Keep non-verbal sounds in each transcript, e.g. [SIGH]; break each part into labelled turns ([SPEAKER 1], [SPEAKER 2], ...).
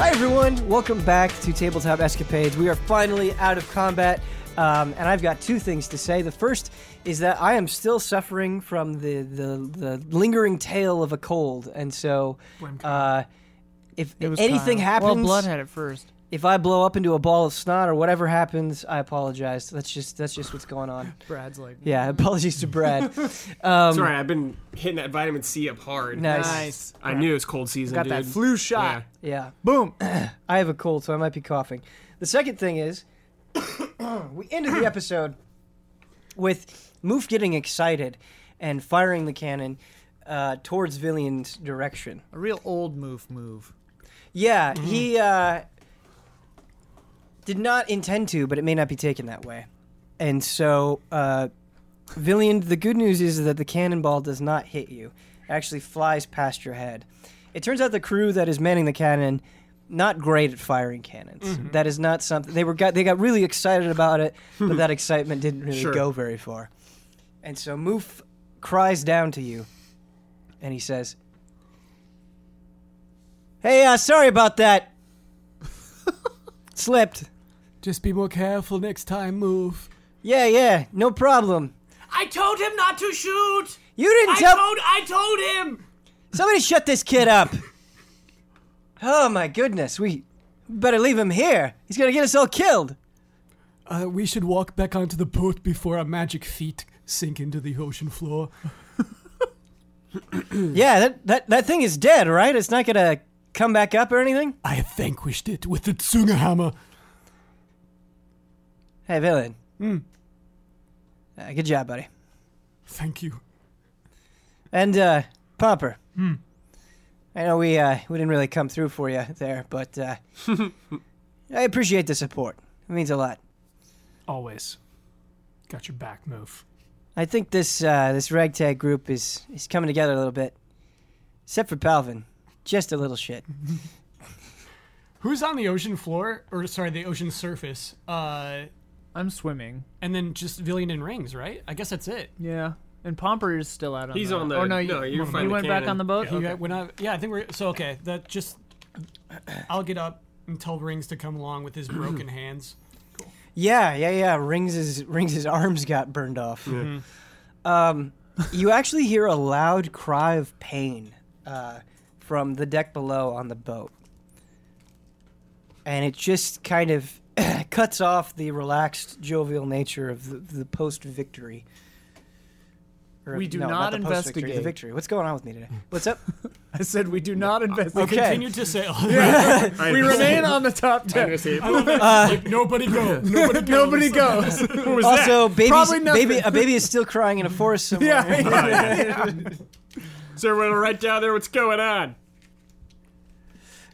[SPEAKER 1] Hi, everyone. Welcome back to Tabletop Escapades. We are finally out of combat, um, and I've got two things to say. The first is that I am still suffering from the, the, the lingering tail of a cold, and so uh, if anything happens,
[SPEAKER 2] Well, Blood had it first.
[SPEAKER 1] if I blow up into a ball of snot or whatever happens, I apologize. That's just that's just what's going on.
[SPEAKER 2] Brad's like,
[SPEAKER 1] Yeah, apologies to Brad. nice.
[SPEAKER 3] Sorry, I've been hitting that vitamin C up hard.
[SPEAKER 2] Um, nice.
[SPEAKER 3] I knew it was cold season.
[SPEAKER 2] Got
[SPEAKER 3] dude.
[SPEAKER 2] that flu shot.
[SPEAKER 1] Yeah.
[SPEAKER 2] Boom.
[SPEAKER 1] [CLEARS THROAT] I have a cold, so I might be coughing. The second thing is, [COUGHS] we ended the episode with Moof getting excited and firing the cannon uh, towards Villian's direction.
[SPEAKER 2] A real old move move.
[SPEAKER 1] Yeah, he uh, did not intend to, but it may not be taken that way. And so, uh, Villian, the good news is that the cannonball does not hit you, it actually flies past your head. It turns out the crew that is manning the cannon not great at firing cannons. That is not something they were got they got really excited about it, but that excitement didn't really
[SPEAKER 3] Sure.
[SPEAKER 1] go very far. And so Moof cries down to you and he says, Hey, uh, sorry about
[SPEAKER 3] [LAUGHS]
[SPEAKER 1] that. Slipped.
[SPEAKER 4] Just be more careful next time, move.
[SPEAKER 1] Yeah, yeah, no problem.
[SPEAKER 3] I told him not to shoot.
[SPEAKER 1] You didn't
[SPEAKER 3] I
[SPEAKER 1] tell
[SPEAKER 3] told. I told him.
[SPEAKER 1] Somebody shut this kid up. Oh my goodness, we better leave him here. He's gonna get us all killed.
[SPEAKER 4] Uh, we should walk back onto the boat before our magic feet sink into the ocean floor.
[SPEAKER 1] Yeah, that, that, that thing is dead, right? It's not gonna come back up or anything?
[SPEAKER 4] I have vanquished it with the Tsuga hammer.
[SPEAKER 1] Hey, villain. Hmm. Uh, good job, buddy.
[SPEAKER 4] Thank you.
[SPEAKER 1] And, uh, Pomper. Hmm. I know we, uh, we didn't really come through for you there, but,
[SPEAKER 3] [LAUGHS]
[SPEAKER 1] uh, I appreciate the support. It means a lot.
[SPEAKER 4] Always. Got your back, move.
[SPEAKER 1] I think this uh, this ragtag group is is coming together a little bit, except for Palvin, just a little shit.
[SPEAKER 4] Who's on the ocean floor? Or, sorry, the ocean surface? Uh,
[SPEAKER 2] I'm swimming.
[SPEAKER 4] and then just Villian and Rings, right? I guess that's it.
[SPEAKER 2] Yeah. And Pomper is still out on
[SPEAKER 3] He's
[SPEAKER 2] the
[SPEAKER 3] on the-
[SPEAKER 2] Oh, no,
[SPEAKER 3] no,
[SPEAKER 2] you,
[SPEAKER 3] you're
[SPEAKER 2] you
[SPEAKER 3] fine, the
[SPEAKER 2] went back
[SPEAKER 3] cannon.
[SPEAKER 2] on the boat?
[SPEAKER 4] Yeah, we're not- yeah, I think we're. So, okay, that just. I'll get up and tell Rings to come along with his broken hands.
[SPEAKER 1] Yeah, yeah, yeah. Rings' Rings' arms got burned off. Um,
[SPEAKER 2] Mm-hmm.
[SPEAKER 1] you actually hear a loud cry of pain uh, from the deck below on the boat, and it just kind of [COUGHS] cuts off the relaxed, jovial nature of the, the post victory.
[SPEAKER 2] We do not
[SPEAKER 1] The
[SPEAKER 2] investigate.
[SPEAKER 1] victory. What's going on with me today? What's up?
[SPEAKER 2] I said we do not investigate.
[SPEAKER 1] Okay.
[SPEAKER 4] Continue to sail.
[SPEAKER 2] We remain on the top deck.
[SPEAKER 4] like, [LAUGHS] nobody go. Nobody go.
[SPEAKER 2] [LAUGHS] Nobody goes. [LAUGHS]
[SPEAKER 1] also,
[SPEAKER 2] Probably
[SPEAKER 1] baby's,
[SPEAKER 2] nothing.
[SPEAKER 1] baby, a baby is still crying in a
[SPEAKER 2] [LAUGHS]
[SPEAKER 1] forest somewhere.
[SPEAKER 2] yeah.
[SPEAKER 3] So everyone, right down there, what's going on?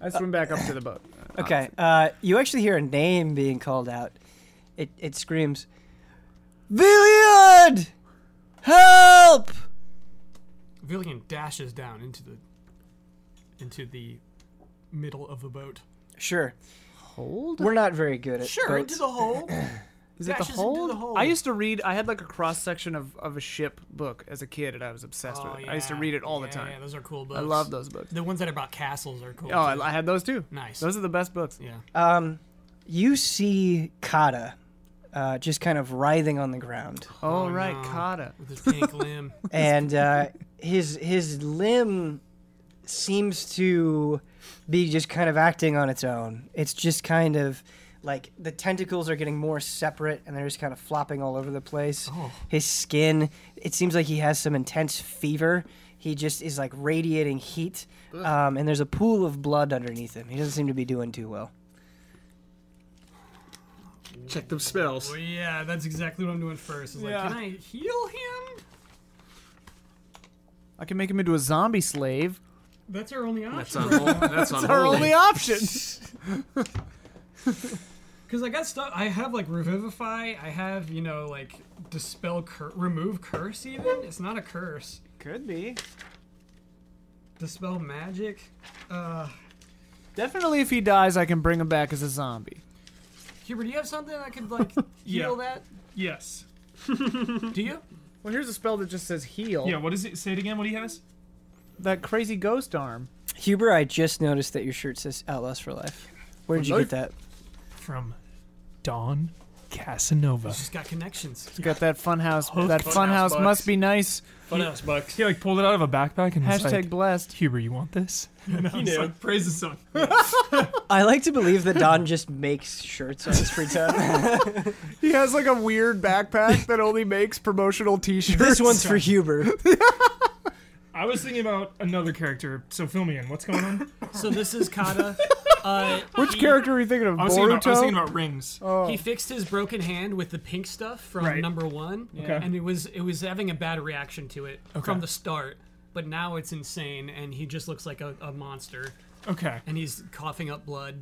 [SPEAKER 2] I swim back up to the boat.
[SPEAKER 1] Okay. Uh, you actually hear a name being called out. It it screams, Villiard! Help!
[SPEAKER 4] Villian dashes down into the into the middle of the boat.
[SPEAKER 1] Sure.
[SPEAKER 2] Hold?
[SPEAKER 1] We're not very good at
[SPEAKER 4] Sure,
[SPEAKER 1] boats.
[SPEAKER 4] into
[SPEAKER 2] [LAUGHS]
[SPEAKER 4] the hole.
[SPEAKER 2] Is it the
[SPEAKER 4] Dashes into the
[SPEAKER 2] hold?
[SPEAKER 4] hold.
[SPEAKER 2] I used to read. I had like a cross section of, of a ship book as a kid, and I was obsessed
[SPEAKER 4] Oh,
[SPEAKER 2] with it. I used to
[SPEAKER 4] yeah.
[SPEAKER 2] read it all
[SPEAKER 4] Yeah,
[SPEAKER 2] the time.
[SPEAKER 4] Yeah, those are cool books.
[SPEAKER 2] I love those books.
[SPEAKER 4] The ones that are about castles are cool.
[SPEAKER 2] Oh,
[SPEAKER 4] too.
[SPEAKER 2] I, I had those too.
[SPEAKER 4] Nice.
[SPEAKER 2] Those are the best books.
[SPEAKER 4] yeah.
[SPEAKER 1] You see Kata uh, just kind of writhing on the ground.
[SPEAKER 2] Oh, right,
[SPEAKER 4] no.
[SPEAKER 2] kata.
[SPEAKER 4] With his pink [LAUGHS] limb.
[SPEAKER 1] [LAUGHS] and uh, his his limb seems to be just kind of acting on its own. It's just kind of like the tentacles are getting more separate and they're just kind of flopping all over the place. His skin, it seems like he has some intense fever. He just is like radiating heat, um, and there's a pool of blood underneath him. He doesn't seem to be doing too well.
[SPEAKER 3] Check them spells.
[SPEAKER 4] Well, Oh, yeah, that's exactly what I'm doing first. It's like,
[SPEAKER 2] Yeah.
[SPEAKER 4] can I heal him?
[SPEAKER 2] I can make him into a zombie slave.
[SPEAKER 4] That's our only
[SPEAKER 3] That's
[SPEAKER 4] [LAUGHS] option.
[SPEAKER 3] unholy. That's unholy.
[SPEAKER 2] Our only option.
[SPEAKER 4] Because I got stuff. I have like revivify. I have you know like dispel, cur- remove curse. Even it's not a curse.
[SPEAKER 2] [LAUGHS] Could be.
[SPEAKER 4] Dispel magic. Uh,
[SPEAKER 2] Definitely, if he dies, I can bring him back as a zombie.
[SPEAKER 4] Hubert, do you have something that
[SPEAKER 3] [LAUGHS]
[SPEAKER 4] could like
[SPEAKER 5] heal
[SPEAKER 4] that?
[SPEAKER 5] Yes.
[SPEAKER 4] Do
[SPEAKER 3] [LAUGHS]
[SPEAKER 4] you?
[SPEAKER 2] Well, here's a spell that just says heal.
[SPEAKER 5] Yeah, what is it? Say it again. What do you have?
[SPEAKER 2] That crazy ghost arm.
[SPEAKER 1] Huber, I just noticed that your shirt says Outlaws for Life. Where did you get that?
[SPEAKER 3] From Don Casanova.
[SPEAKER 6] She's got connections.
[SPEAKER 2] He's got that funhouse. that funhouse
[SPEAKER 6] Funhouse
[SPEAKER 2] must
[SPEAKER 6] bucks.
[SPEAKER 2] be nice.
[SPEAKER 6] Funhouse bucks.
[SPEAKER 3] He like pulled it out of a backpack and was
[SPEAKER 2] Hashtag
[SPEAKER 3] like,
[SPEAKER 2] blessed.
[SPEAKER 3] Huber, you want [LAUGHS] this?
[SPEAKER 6] [LAUGHS] You know.
[SPEAKER 3] Praise the song.
[SPEAKER 1] I like to believe that Don just makes shirts on his free time.
[SPEAKER 2] [LAUGHS] He has like a weird backpack that only makes promotional T-shirts.
[SPEAKER 1] this
[SPEAKER 2] [LAUGHS]
[SPEAKER 1] one's for Huber.
[SPEAKER 3] I was thinking about another character. So fill me in. What's going on?
[SPEAKER 6] So this is Kata.
[SPEAKER 3] [LAUGHS]
[SPEAKER 6] Uh,
[SPEAKER 2] Which
[SPEAKER 6] he-
[SPEAKER 2] character are you thinking of?
[SPEAKER 6] I was, thinking about, I was
[SPEAKER 2] Boruto?
[SPEAKER 6] thinking about rings.
[SPEAKER 2] Oh.
[SPEAKER 3] He-
[SPEAKER 6] He fixed his broken hand with the pink stuff from
[SPEAKER 3] Right.
[SPEAKER 6] number one,
[SPEAKER 3] Okay.
[SPEAKER 6] and it was it was having a bad reaction to it
[SPEAKER 3] Okay.
[SPEAKER 6] from the start. But now it's insane, and he just looks like a, a monster,
[SPEAKER 3] Okay.
[SPEAKER 6] and he's coughing up blood.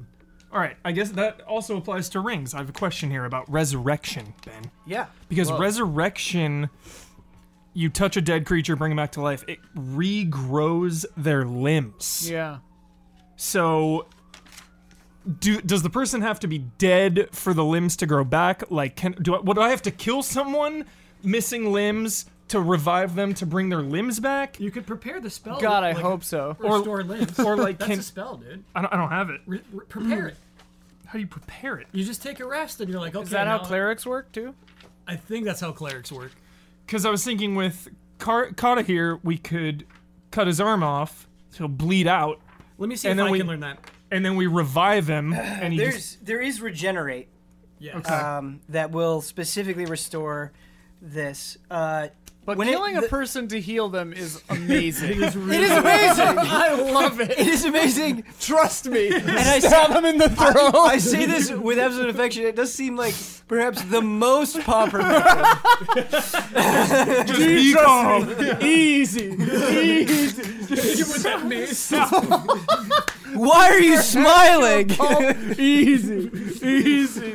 [SPEAKER 3] All right. I guess that also applies to rings. I have a question here about resurrection, Ben.
[SPEAKER 1] Yeah.
[SPEAKER 3] Because resurrection, you touch a dead creature, bring them back to life, it regrows their limbs.
[SPEAKER 2] Yeah.
[SPEAKER 3] So, do does the person have to be dead for the limbs to grow back? Like, can do I, what do I have to kill someone missing limbs to revive them to bring their limbs back?
[SPEAKER 6] You could prepare the spell.
[SPEAKER 2] God, I
[SPEAKER 6] like,
[SPEAKER 2] hope [LAUGHS] so.
[SPEAKER 6] Restore limbs.
[SPEAKER 3] or, like,
[SPEAKER 6] that's
[SPEAKER 3] can-
[SPEAKER 6] a spell, dude.
[SPEAKER 3] I don't, I don't have it.
[SPEAKER 6] Re- re- prepare it.
[SPEAKER 3] How do you prepare it?
[SPEAKER 6] You just take a rest, and you're like, okay.
[SPEAKER 2] Is that how
[SPEAKER 6] now-
[SPEAKER 2] clerics work too?
[SPEAKER 6] I think that's how clerics work.
[SPEAKER 3] Because I was thinking with Car- Kata here, we could cut his arm off, he'll bleed out,
[SPEAKER 6] Let me see
[SPEAKER 3] And
[SPEAKER 6] if
[SPEAKER 3] then
[SPEAKER 6] I
[SPEAKER 3] we-
[SPEAKER 6] can learn that.
[SPEAKER 3] and then we revive him, and he just
[SPEAKER 1] [LAUGHS] There's there is regenerate
[SPEAKER 6] Yeah.
[SPEAKER 1] um, that will specifically restore this. Uh,
[SPEAKER 2] But
[SPEAKER 1] When it-
[SPEAKER 2] killing [LAUGHS]
[SPEAKER 1] the-
[SPEAKER 2] a person to heal them [LAUGHS] is amazing.
[SPEAKER 1] it [LAUGHS] is amazing. I love [LAUGHS] it. It is amazing.
[SPEAKER 2] Trust me.
[SPEAKER 1] And I
[SPEAKER 2] Stab him in the throat.
[SPEAKER 1] I say this with absolute affection. It does seem like perhaps the most popular method.
[SPEAKER 2] Do you trust me? [LAUGHS] Easy. Easy.
[SPEAKER 1] Why are you
[SPEAKER 2] [LAUGHS]
[SPEAKER 1] smiling?
[SPEAKER 2] Oh, Easy. Easy.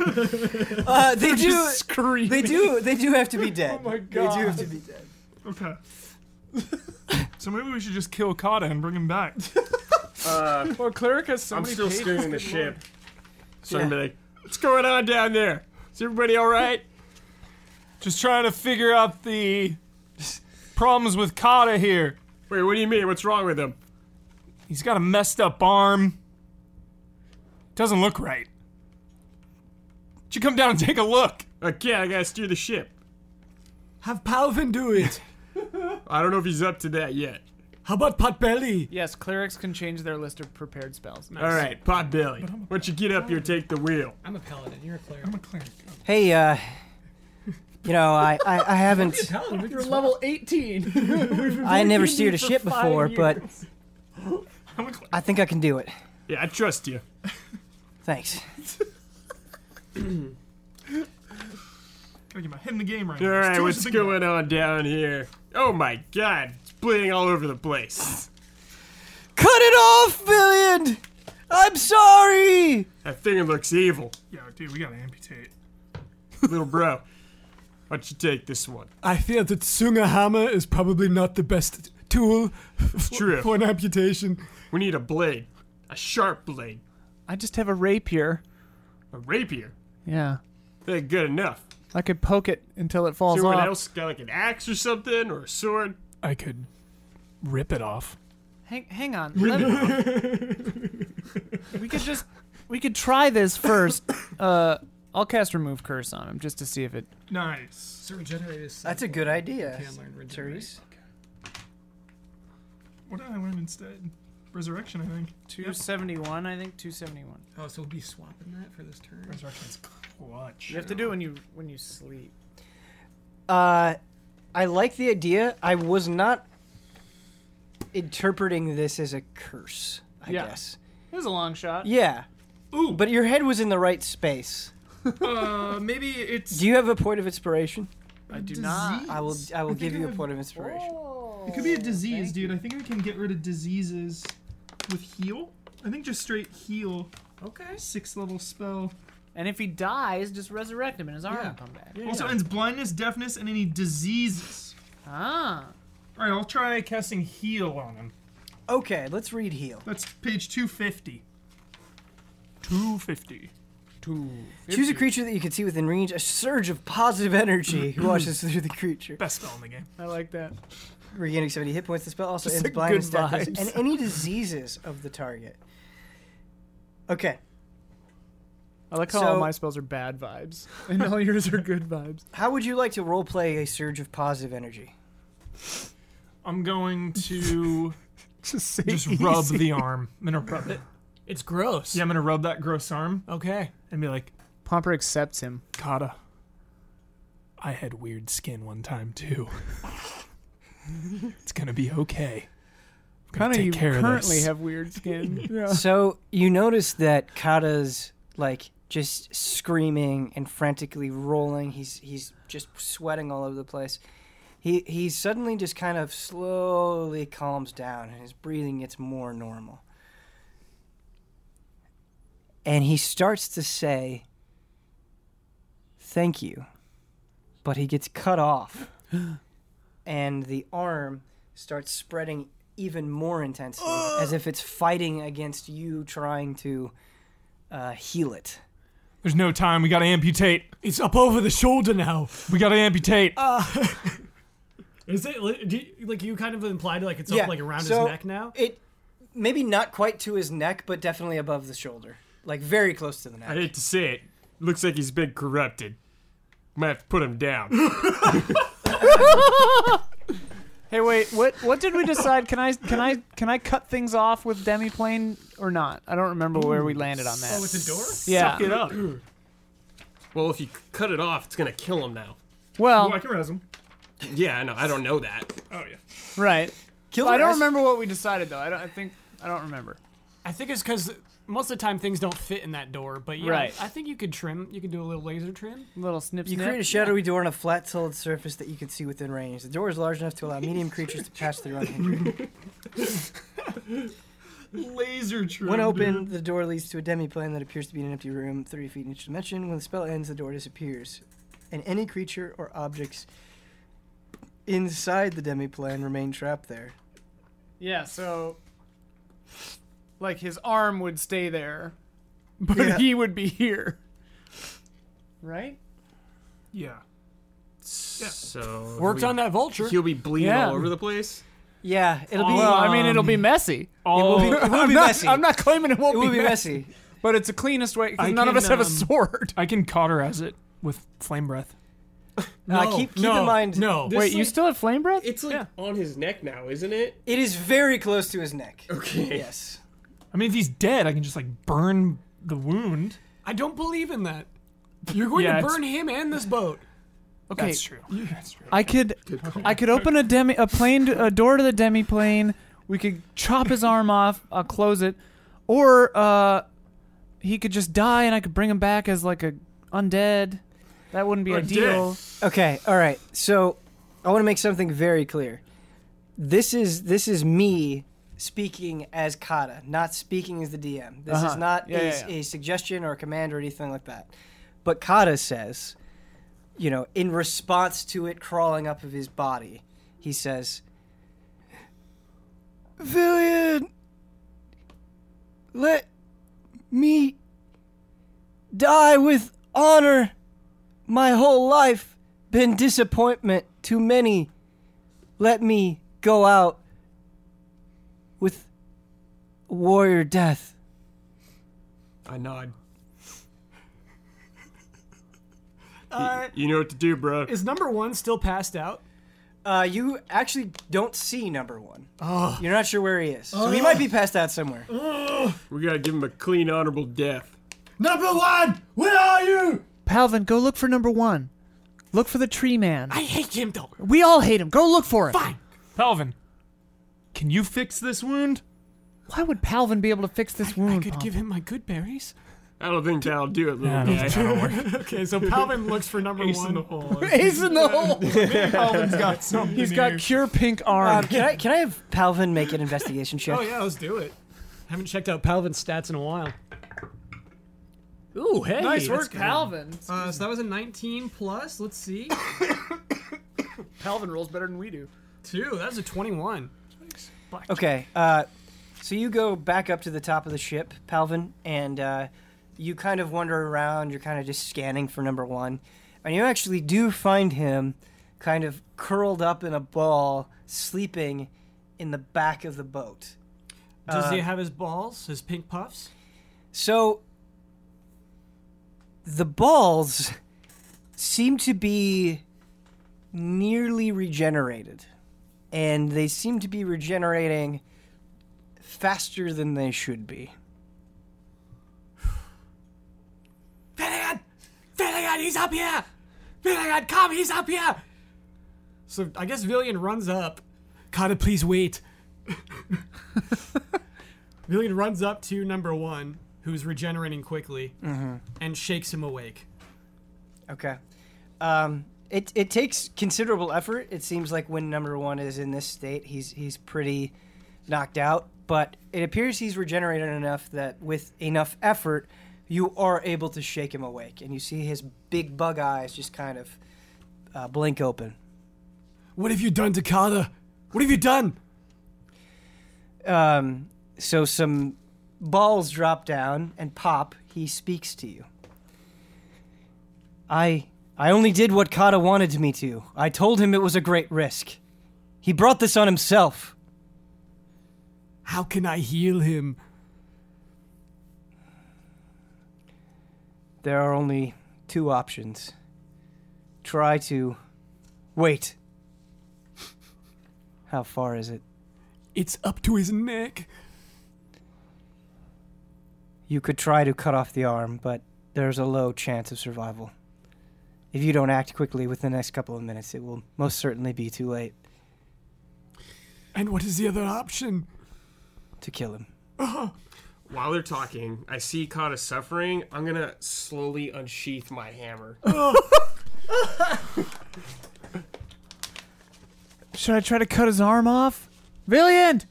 [SPEAKER 1] Uh, they do.
[SPEAKER 2] Just Oh scream.
[SPEAKER 1] They do. They do have to be dead. They
[SPEAKER 3] my
[SPEAKER 1] do have
[SPEAKER 3] God.
[SPEAKER 1] to be dead.
[SPEAKER 3] okay. so maybe we should just kill Kata and bring
[SPEAKER 2] [LAUGHS]
[SPEAKER 3] him back.
[SPEAKER 6] Uh,
[SPEAKER 2] Well, cleric has so
[SPEAKER 6] I'm
[SPEAKER 2] many
[SPEAKER 6] still
[SPEAKER 2] pages.
[SPEAKER 6] steering the ship.
[SPEAKER 1] So I'm gonna
[SPEAKER 6] like, what's going on down there? Is everybody all right?
[SPEAKER 3] Just trying to figure out the problems with Kata here.
[SPEAKER 6] Wait, what do you mean? What's wrong with him?
[SPEAKER 3] He's got a messed up arm. Doesn't look right. Would you come down and take a look?
[SPEAKER 6] Okay, I gotta steer the ship.
[SPEAKER 5] Have Palvin do it.
[SPEAKER 6] I don't know if he's up to that yet.
[SPEAKER 5] How about Potbelly?
[SPEAKER 2] Yes, clerics can change their list of prepared spells.
[SPEAKER 6] All right, Potbelly, why don't you get up here and take the wheel?
[SPEAKER 5] I'm a paladin. You're a cleric.
[SPEAKER 1] Hey, uh, you know, I, I, I haven't.
[SPEAKER 2] You're level 18.
[SPEAKER 1] I never steered a ship before, but [LAUGHS] I think I can do it.
[SPEAKER 6] Yeah, I trust you.
[SPEAKER 1] Thanks.
[SPEAKER 3] Gotta get my head in the game right
[SPEAKER 6] All
[SPEAKER 3] now.
[SPEAKER 6] right,
[SPEAKER 3] Too much
[SPEAKER 6] what's
[SPEAKER 3] to think
[SPEAKER 6] going on down here? Oh my God, it's bleeding all over the place.
[SPEAKER 1] Cut it off, Billion! I'm sorry!
[SPEAKER 6] That thing looks evil,
[SPEAKER 3] about. Yo, dude, we gotta amputate.
[SPEAKER 6] little bro. Why don't you take this one?
[SPEAKER 5] I fear that Sunga hammer is probably not the best tool
[SPEAKER 6] It's true.
[SPEAKER 5] for an amputation.
[SPEAKER 6] We need a blade, a sharp blade,
[SPEAKER 2] I just have a rapier.
[SPEAKER 6] a rapier.
[SPEAKER 2] Yeah.
[SPEAKER 6] That ain't good enough.
[SPEAKER 2] I could poke it until it falls
[SPEAKER 6] Someone
[SPEAKER 2] off.
[SPEAKER 6] else got like an axe or something or a sword.
[SPEAKER 3] I could rip it off.
[SPEAKER 2] Hang, hang [LAUGHS] on. Let me- we could just we could try this [COUGHS] first. Uh, I'll cast remove curse on him just to see if it.
[SPEAKER 3] Nice.
[SPEAKER 5] So regenerate is
[SPEAKER 1] That's a good idea.
[SPEAKER 5] Can learn regenerate.
[SPEAKER 1] Therese.
[SPEAKER 3] What did I learn instead? Resurrection, I think.
[SPEAKER 2] 271, I think 271.
[SPEAKER 5] Oh, so we'll be swapping that for this turn.
[SPEAKER 3] Resurrection's clutch.
[SPEAKER 2] You have to do it when you when you sleep.
[SPEAKER 1] Uh, I like the idea. I was not interpreting this as a curse, I
[SPEAKER 2] Yeah.
[SPEAKER 1] guess.
[SPEAKER 2] It was a long shot.
[SPEAKER 1] Yeah.
[SPEAKER 3] Ooh.
[SPEAKER 1] But your head was in the right space.
[SPEAKER 3] [LAUGHS] Uh, maybe it's.
[SPEAKER 1] Do you have a point of inspiration?
[SPEAKER 2] I do not.
[SPEAKER 1] I will I [LAUGHS] will
[SPEAKER 3] I
[SPEAKER 1] give you
[SPEAKER 3] think I
[SPEAKER 1] a
[SPEAKER 3] have-
[SPEAKER 1] point of inspiration.
[SPEAKER 3] It could be a disease, dude. I think I can get rid of diseases with heal. I think just straight heal.
[SPEAKER 2] Okay.
[SPEAKER 3] Six level spell.
[SPEAKER 2] And if he dies, just resurrect him and his arm
[SPEAKER 5] Yeah.
[SPEAKER 2] will come back.
[SPEAKER 3] Also ends blindness, deafness, and any diseases.
[SPEAKER 2] Ah.
[SPEAKER 3] All right, I'll try casting heal on him.
[SPEAKER 1] Okay, let's read heal.
[SPEAKER 3] That's page 250. 250.
[SPEAKER 2] Two.
[SPEAKER 1] Choose a creature that you can see within
[SPEAKER 2] [LAUGHS]
[SPEAKER 1] range. A surge of positive energy washes through the creature.
[SPEAKER 3] Best spell in the game.
[SPEAKER 2] I like that.
[SPEAKER 1] regaining 70 hit points. The spell also ends
[SPEAKER 2] Just like
[SPEAKER 1] blindness,
[SPEAKER 2] good
[SPEAKER 1] deafness,
[SPEAKER 2] vibes.
[SPEAKER 1] and any diseases of the target. Okay,
[SPEAKER 2] I like how all
[SPEAKER 1] So-
[SPEAKER 2] my spells are bad vibes, [LAUGHS] and all yours are good vibes.
[SPEAKER 1] how would you like to roleplay a surge of positive energy?
[SPEAKER 3] I'm going to
[SPEAKER 2] [LAUGHS] Just say
[SPEAKER 3] just rub the arm. I'm gonna rub it.
[SPEAKER 5] It's gross.
[SPEAKER 3] Yeah, I'm gonna rub that gross arm
[SPEAKER 5] Okay.
[SPEAKER 3] and be like,
[SPEAKER 2] Pomper accepts him.
[SPEAKER 3] Kata, I had weird skin one time too. it's gonna be okay. I'm gonna
[SPEAKER 2] Kind of
[SPEAKER 3] take
[SPEAKER 2] you
[SPEAKER 3] care of
[SPEAKER 2] currently
[SPEAKER 3] this.
[SPEAKER 2] have weird skin. [LAUGHS]
[SPEAKER 1] [LAUGHS]
[SPEAKER 2] yeah.
[SPEAKER 1] So you notice that Kata's like just screaming and frantically rolling. He's he's just sweating all over the place. He he suddenly just kind of slowly calms down and his breathing gets more normal. And he starts to say thank you. But he gets cut off. and the arm starts spreading even more intensely, as if it's fighting against you trying to uh, heal it.
[SPEAKER 3] There's no time. We gotta amputate.
[SPEAKER 5] It's up over the shoulder now.
[SPEAKER 3] We gotta amputate.
[SPEAKER 5] Is it li- do you, like you kind of implied like it's
[SPEAKER 1] Yeah,
[SPEAKER 5] up like around
[SPEAKER 1] so-
[SPEAKER 5] his neck now?
[SPEAKER 1] It maybe not quite to his neck, but definitely above the shoulder, like very close to the
[SPEAKER 6] I
[SPEAKER 1] neck.
[SPEAKER 6] hate to say it. Looks like he's been corrupted. Might have to put him down.
[SPEAKER 2] Hey, wait. What what did we decide? Can I can I can I cut things off with demiplane or not? I don't remember where we landed on that.
[SPEAKER 5] Oh, it's a door?
[SPEAKER 2] yeah.
[SPEAKER 6] Suck it up. well, if you c- cut it off, it's gonna kill him now.
[SPEAKER 2] Well,
[SPEAKER 3] Oh, can res him.
[SPEAKER 6] Yeah, I know. I don't know that.
[SPEAKER 3] Oh yeah.
[SPEAKER 2] right.
[SPEAKER 1] Kill
[SPEAKER 2] I
[SPEAKER 1] the
[SPEAKER 2] don't
[SPEAKER 1] rest-
[SPEAKER 2] remember what we decided though. I don't. I think I don't remember.
[SPEAKER 5] I think it's because most of the time things don't fit in that door, but yeah,
[SPEAKER 2] Right.
[SPEAKER 5] I think you could trim. You could do a little laser trim.
[SPEAKER 2] Little snip
[SPEAKER 1] You
[SPEAKER 2] snip.
[SPEAKER 1] create a shadowy door on a flat, solid surface that you can see within range. The door is large enough to allow medium creatures to pass through unhindered.
[SPEAKER 3] Laser trim.
[SPEAKER 1] When open, the door leads to a demiplane that appears to be in an empty room, 30 feet in each dimension. When the spell ends, the door disappears, and any creature or objects inside the demiplane remain trapped there.
[SPEAKER 2] yeah. So, like his arm would stay there, but
[SPEAKER 1] Yeah.
[SPEAKER 2] he would be here. Right.
[SPEAKER 3] Yeah.
[SPEAKER 6] So
[SPEAKER 5] Worked
[SPEAKER 6] we-
[SPEAKER 5] on that vulture.
[SPEAKER 6] He'll be bleeding
[SPEAKER 2] Yeah.
[SPEAKER 6] all over the place.
[SPEAKER 1] Yeah, it'll be.
[SPEAKER 2] [LAUGHS] Well, I mean, it'll Um, be messy.
[SPEAKER 3] All
[SPEAKER 1] it will
[SPEAKER 2] [LAUGHS] I'm
[SPEAKER 1] be
[SPEAKER 2] not,
[SPEAKER 1] messy.
[SPEAKER 2] I'm not claiming it won't
[SPEAKER 1] it will
[SPEAKER 2] be,
[SPEAKER 1] be
[SPEAKER 2] messy,
[SPEAKER 1] messy.
[SPEAKER 2] but it's the cleanest way because
[SPEAKER 3] I
[SPEAKER 2] none of us
[SPEAKER 3] can,
[SPEAKER 2] have a
[SPEAKER 3] um,
[SPEAKER 2] sword.
[SPEAKER 3] I can cauterize it with flame [LAUGHS] breath.
[SPEAKER 1] Uh, keep keep
[SPEAKER 5] no,
[SPEAKER 1] in mind,
[SPEAKER 5] No.
[SPEAKER 6] This, like-
[SPEAKER 2] have flame breath?
[SPEAKER 6] It's like on his neck now, isn't it?
[SPEAKER 1] it is very close to his neck.
[SPEAKER 6] Okay.
[SPEAKER 1] Yes.
[SPEAKER 3] I mean, if he's dead, I can just like burn the wound.
[SPEAKER 5] I don't believe in that. You're going
[SPEAKER 3] Yeah,
[SPEAKER 5] to
[SPEAKER 3] it's-
[SPEAKER 5] burn him and this boat.
[SPEAKER 2] Okay,
[SPEAKER 3] That's true. That's true.
[SPEAKER 2] I could, I could open a demi, a plane, to- a door to the demi plane. We could chop his arm off. I'll close it, or uh, he could just die, and I could bring him back as like a undead. That wouldn't be
[SPEAKER 6] Undead.
[SPEAKER 2] ideal.
[SPEAKER 1] Okay. All right. So, I want to make something very clear. This is this is me speaking as Kata, not speaking as the DM. This
[SPEAKER 2] Uh-huh.
[SPEAKER 1] is not
[SPEAKER 2] Yeah,
[SPEAKER 1] a,
[SPEAKER 2] yeah, yeah.
[SPEAKER 1] a suggestion or a command or anything like that. But Kata says, you know, in response to it crawling up of his body, he says, "Villian, let me die with honor." My whole life been disappointment to many. Let me go out with warrior death.
[SPEAKER 6] I nod. Y- you know what to do, bro.
[SPEAKER 5] Is number one still passed out?
[SPEAKER 1] Uh, you actually don't see number one.
[SPEAKER 5] Oh.
[SPEAKER 1] You're not sure where he is. So he might be passed out somewhere.
[SPEAKER 6] We gotta give him a clean, honorable death.
[SPEAKER 5] Number one, where are you?
[SPEAKER 2] Palvin, go look for number one. Look for the tree man.
[SPEAKER 5] I hate him though.
[SPEAKER 2] we all hate him. Go look for him.
[SPEAKER 5] Fine.
[SPEAKER 3] Palvin, can you fix this wound?
[SPEAKER 2] Why would Palvin be able to fix this
[SPEAKER 5] I
[SPEAKER 2] wound?
[SPEAKER 5] could
[SPEAKER 2] Pomper? [LAUGHS]
[SPEAKER 5] give him my good berries.
[SPEAKER 6] I don't think that'll do it, little
[SPEAKER 3] Yeah, I
[SPEAKER 6] guy.
[SPEAKER 5] Okay, so Palvin looks for number
[SPEAKER 3] Ace in
[SPEAKER 5] one.
[SPEAKER 3] the hole.
[SPEAKER 2] Ace in the hole.
[SPEAKER 3] Palvin's got something.
[SPEAKER 2] He's got cure pink arm.
[SPEAKER 1] Um, can I can I have Palvin make an investigation check?
[SPEAKER 5] Oh yeah, let's do it. Haven't checked out Palvin's stats in a while. Ooh, hey, that's
[SPEAKER 2] nice work,
[SPEAKER 5] good.
[SPEAKER 2] Palvin.
[SPEAKER 5] Uh, so that was a 19 plus. Let's see, [COUGHS]
[SPEAKER 2] Palvin rolls better than we do.
[SPEAKER 5] two. That was a 21.
[SPEAKER 1] Okay. Uh, so you go back up to the top of the ship, Palvin, and uh, you kind of wander around. You're kind of just scanning for number one, and you actually do find him kind of curled up in a ball, sleeping in the back of the boat.
[SPEAKER 4] Does
[SPEAKER 5] Uh,
[SPEAKER 4] he have his balls, his pink puffs?
[SPEAKER 1] So the balls seem to be nearly regenerated, and they seem to be regenerating faster than they should be.
[SPEAKER 4] Finnegan! Finnegan, he's up here! Finnegan, come, he's up here! So I guess Villian runs up. Kata, please wait. [LAUGHS] Villian runs up to number one, who's regenerating quickly, and shakes him awake.
[SPEAKER 1] Okay. Um, it it takes considerable effort. It seems like when number one is in this state, he's he's pretty knocked out. But it appears he's regenerated enough that with enough effort, you are able to shake him awake, and you see his big bug eyes just kind of uh, blink open.
[SPEAKER 4] What have you done to Kata? What have you done?
[SPEAKER 1] Um, so some balls drop down and pop. He speaks to you. I I only did what Kata wanted me to. I told him it was a great risk. He brought this on himself.
[SPEAKER 4] How can I heal him?
[SPEAKER 1] There are only two options. Try to wait. How far is it?
[SPEAKER 4] It's up to his neck.
[SPEAKER 1] You could try to cut off the arm, but there's a low chance of survival. If you don't act quickly within the next couple of minutes, it will most certainly be too late
[SPEAKER 4] And what is the other option?
[SPEAKER 1] to kill him.
[SPEAKER 6] While they're talking, I see Kata suffering. I'm gonna slowly unsheath my hammer.
[SPEAKER 2] Should I try to cut his arm off? Villian!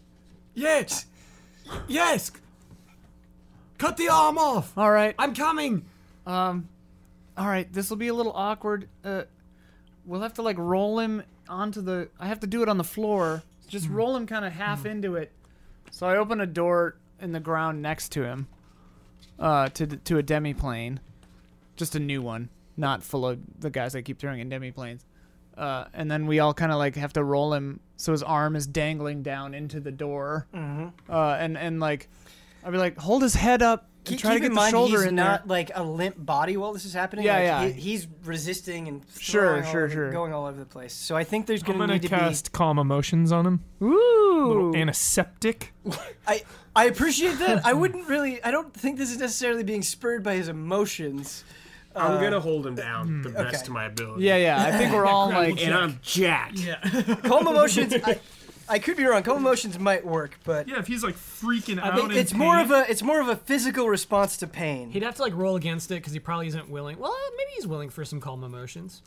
[SPEAKER 4] Yes! Yes! Cut the arm off!
[SPEAKER 2] All right.
[SPEAKER 4] I'm coming!
[SPEAKER 2] All right, this will be a little awkward. Uh, we'll have to like roll him onto the. I have to do it on the floor. Just roll him kind of half into it. Hmm. So I open a door in the ground next to him, uh, to to a demi plane, just a new one, not full of the guys I keep throwing in demi planes. Uh, and then we all kind of like have to roll him so his arm is dangling down into the door.
[SPEAKER 1] Mm-hmm.
[SPEAKER 2] Uh, and and like, I'll be like, hold his head up. and
[SPEAKER 1] Keep,
[SPEAKER 2] try to
[SPEAKER 1] keep
[SPEAKER 2] get
[SPEAKER 1] in
[SPEAKER 2] the
[SPEAKER 1] mind
[SPEAKER 2] shoulder
[SPEAKER 1] he's
[SPEAKER 2] in there.
[SPEAKER 1] not like a limp body while this is happening.
[SPEAKER 2] Yeah,
[SPEAKER 1] Like,
[SPEAKER 2] yeah.
[SPEAKER 1] he- he's resisting and
[SPEAKER 2] Sure,
[SPEAKER 1] throwing all
[SPEAKER 2] sure,
[SPEAKER 1] over-
[SPEAKER 2] sure.
[SPEAKER 1] going all over the place. So I think there's
[SPEAKER 3] I'm
[SPEAKER 1] going to
[SPEAKER 3] gonna
[SPEAKER 1] need to
[SPEAKER 3] cast calm emotions on him.
[SPEAKER 2] Ooh.
[SPEAKER 3] Little antiseptic.
[SPEAKER 1] be. I I appreciate that. I wouldn't really. I don't think this is necessarily being spurred by his emotions.
[SPEAKER 6] I'm gonna hold him down the best
[SPEAKER 1] okay.
[SPEAKER 6] of my ability.
[SPEAKER 2] Yeah, yeah. I think we're
[SPEAKER 1] [LAUGHS]
[SPEAKER 2] all like.
[SPEAKER 6] And I'm jacked. Yeah.
[SPEAKER 1] Calm
[SPEAKER 2] [LAUGHS]
[SPEAKER 1] emotions. I, I could be wrong. Calm emotions might work, but
[SPEAKER 3] Yeah, if he's like freaking
[SPEAKER 1] I mean, it's more of a it's more of a physical response to pain.
[SPEAKER 4] He'd have to like roll against it because he probably isn't willing. Well, uh, maybe he's willing for some calm emotions.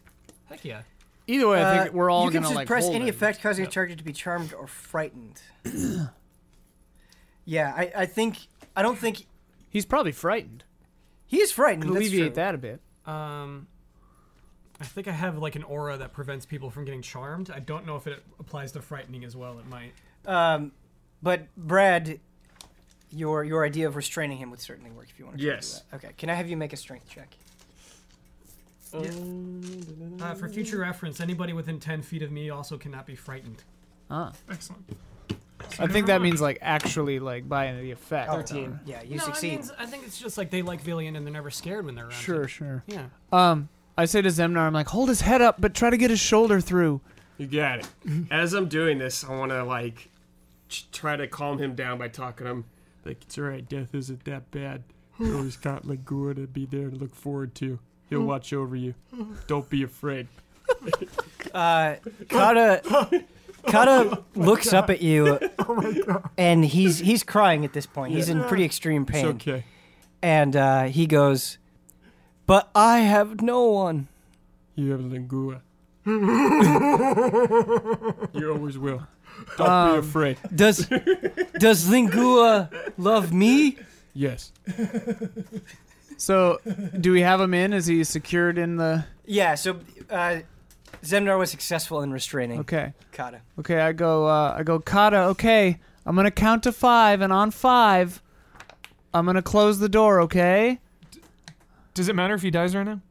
[SPEAKER 4] Heck yeah.
[SPEAKER 2] Either way, I think
[SPEAKER 1] Uh,
[SPEAKER 2] we're all
[SPEAKER 1] you can
[SPEAKER 2] gonna
[SPEAKER 1] just
[SPEAKER 2] like
[SPEAKER 1] press
[SPEAKER 2] hold
[SPEAKER 1] any
[SPEAKER 2] him.
[SPEAKER 1] effect causing a target to be charmed or frightened. [CLEARS THROAT] yeah, I, I think I don't think
[SPEAKER 2] He's probably frightened.
[SPEAKER 1] he is frightened.
[SPEAKER 2] Could
[SPEAKER 1] that's
[SPEAKER 2] alleviate
[SPEAKER 1] true.
[SPEAKER 2] that a bit.
[SPEAKER 4] Um, I think I have like an aura that prevents people from getting charmed. I don't know if it applies to frightening as well. It might.
[SPEAKER 1] Um, but Brad, your your idea of restraining him would certainly work if you want to.
[SPEAKER 6] Yes.
[SPEAKER 1] Do that. Okay. Can I have you make a strength check?
[SPEAKER 4] Uh, for future reference, anybody within ten feet of me also cannot be frightened.
[SPEAKER 2] Ah.
[SPEAKER 3] Excellent.
[SPEAKER 2] I think that means like actually like by the effect.
[SPEAKER 1] Oh, Thirteen. Yeah, you
[SPEAKER 4] no, I,
[SPEAKER 1] succeed.
[SPEAKER 4] mean, I think it's just like they like Villian and they're never scared when they're around.
[SPEAKER 2] Sure,
[SPEAKER 4] him.
[SPEAKER 2] sure.
[SPEAKER 4] Yeah.
[SPEAKER 2] Um, I say to Zemnar, I'm like, hold his head up, but try to get his shoulder through.
[SPEAKER 6] You got it. As I'm doing this, I want to like ch- try to calm him down by talking to him.
[SPEAKER 7] Like, it's alright, death isn't that
[SPEAKER 6] [SIGHS]
[SPEAKER 7] bad. You always got Lagua to be there to look forward to.
[SPEAKER 6] Hmm.
[SPEAKER 7] He'll watch over
[SPEAKER 6] [SIGHS]
[SPEAKER 7] you. Don't be afraid.
[SPEAKER 1] Uh, [LAUGHS] Kata, Kata looks up at you, and he's he's crying at this point. He's in pretty extreme pain,
[SPEAKER 7] It's okay.
[SPEAKER 1] and uh, he goes, "But I have no one."
[SPEAKER 7] You have
[SPEAKER 6] [LAUGHS]
[SPEAKER 7] Lagua. you always will. Don't be
[SPEAKER 2] Um,
[SPEAKER 7] afraid.
[SPEAKER 1] Does does Lingua love me?
[SPEAKER 7] Yes.
[SPEAKER 2] So, do we have him in? Is he secured in the?
[SPEAKER 1] Yeah. So uh, Zemnar was successful in restraining
[SPEAKER 2] Okay,
[SPEAKER 1] Kata.
[SPEAKER 2] okay. I go, uh, I go, Kata. Okay, I'm gonna count to five, and on five, I'm gonna close the door. Okay.
[SPEAKER 3] Does it matter if he dies right now?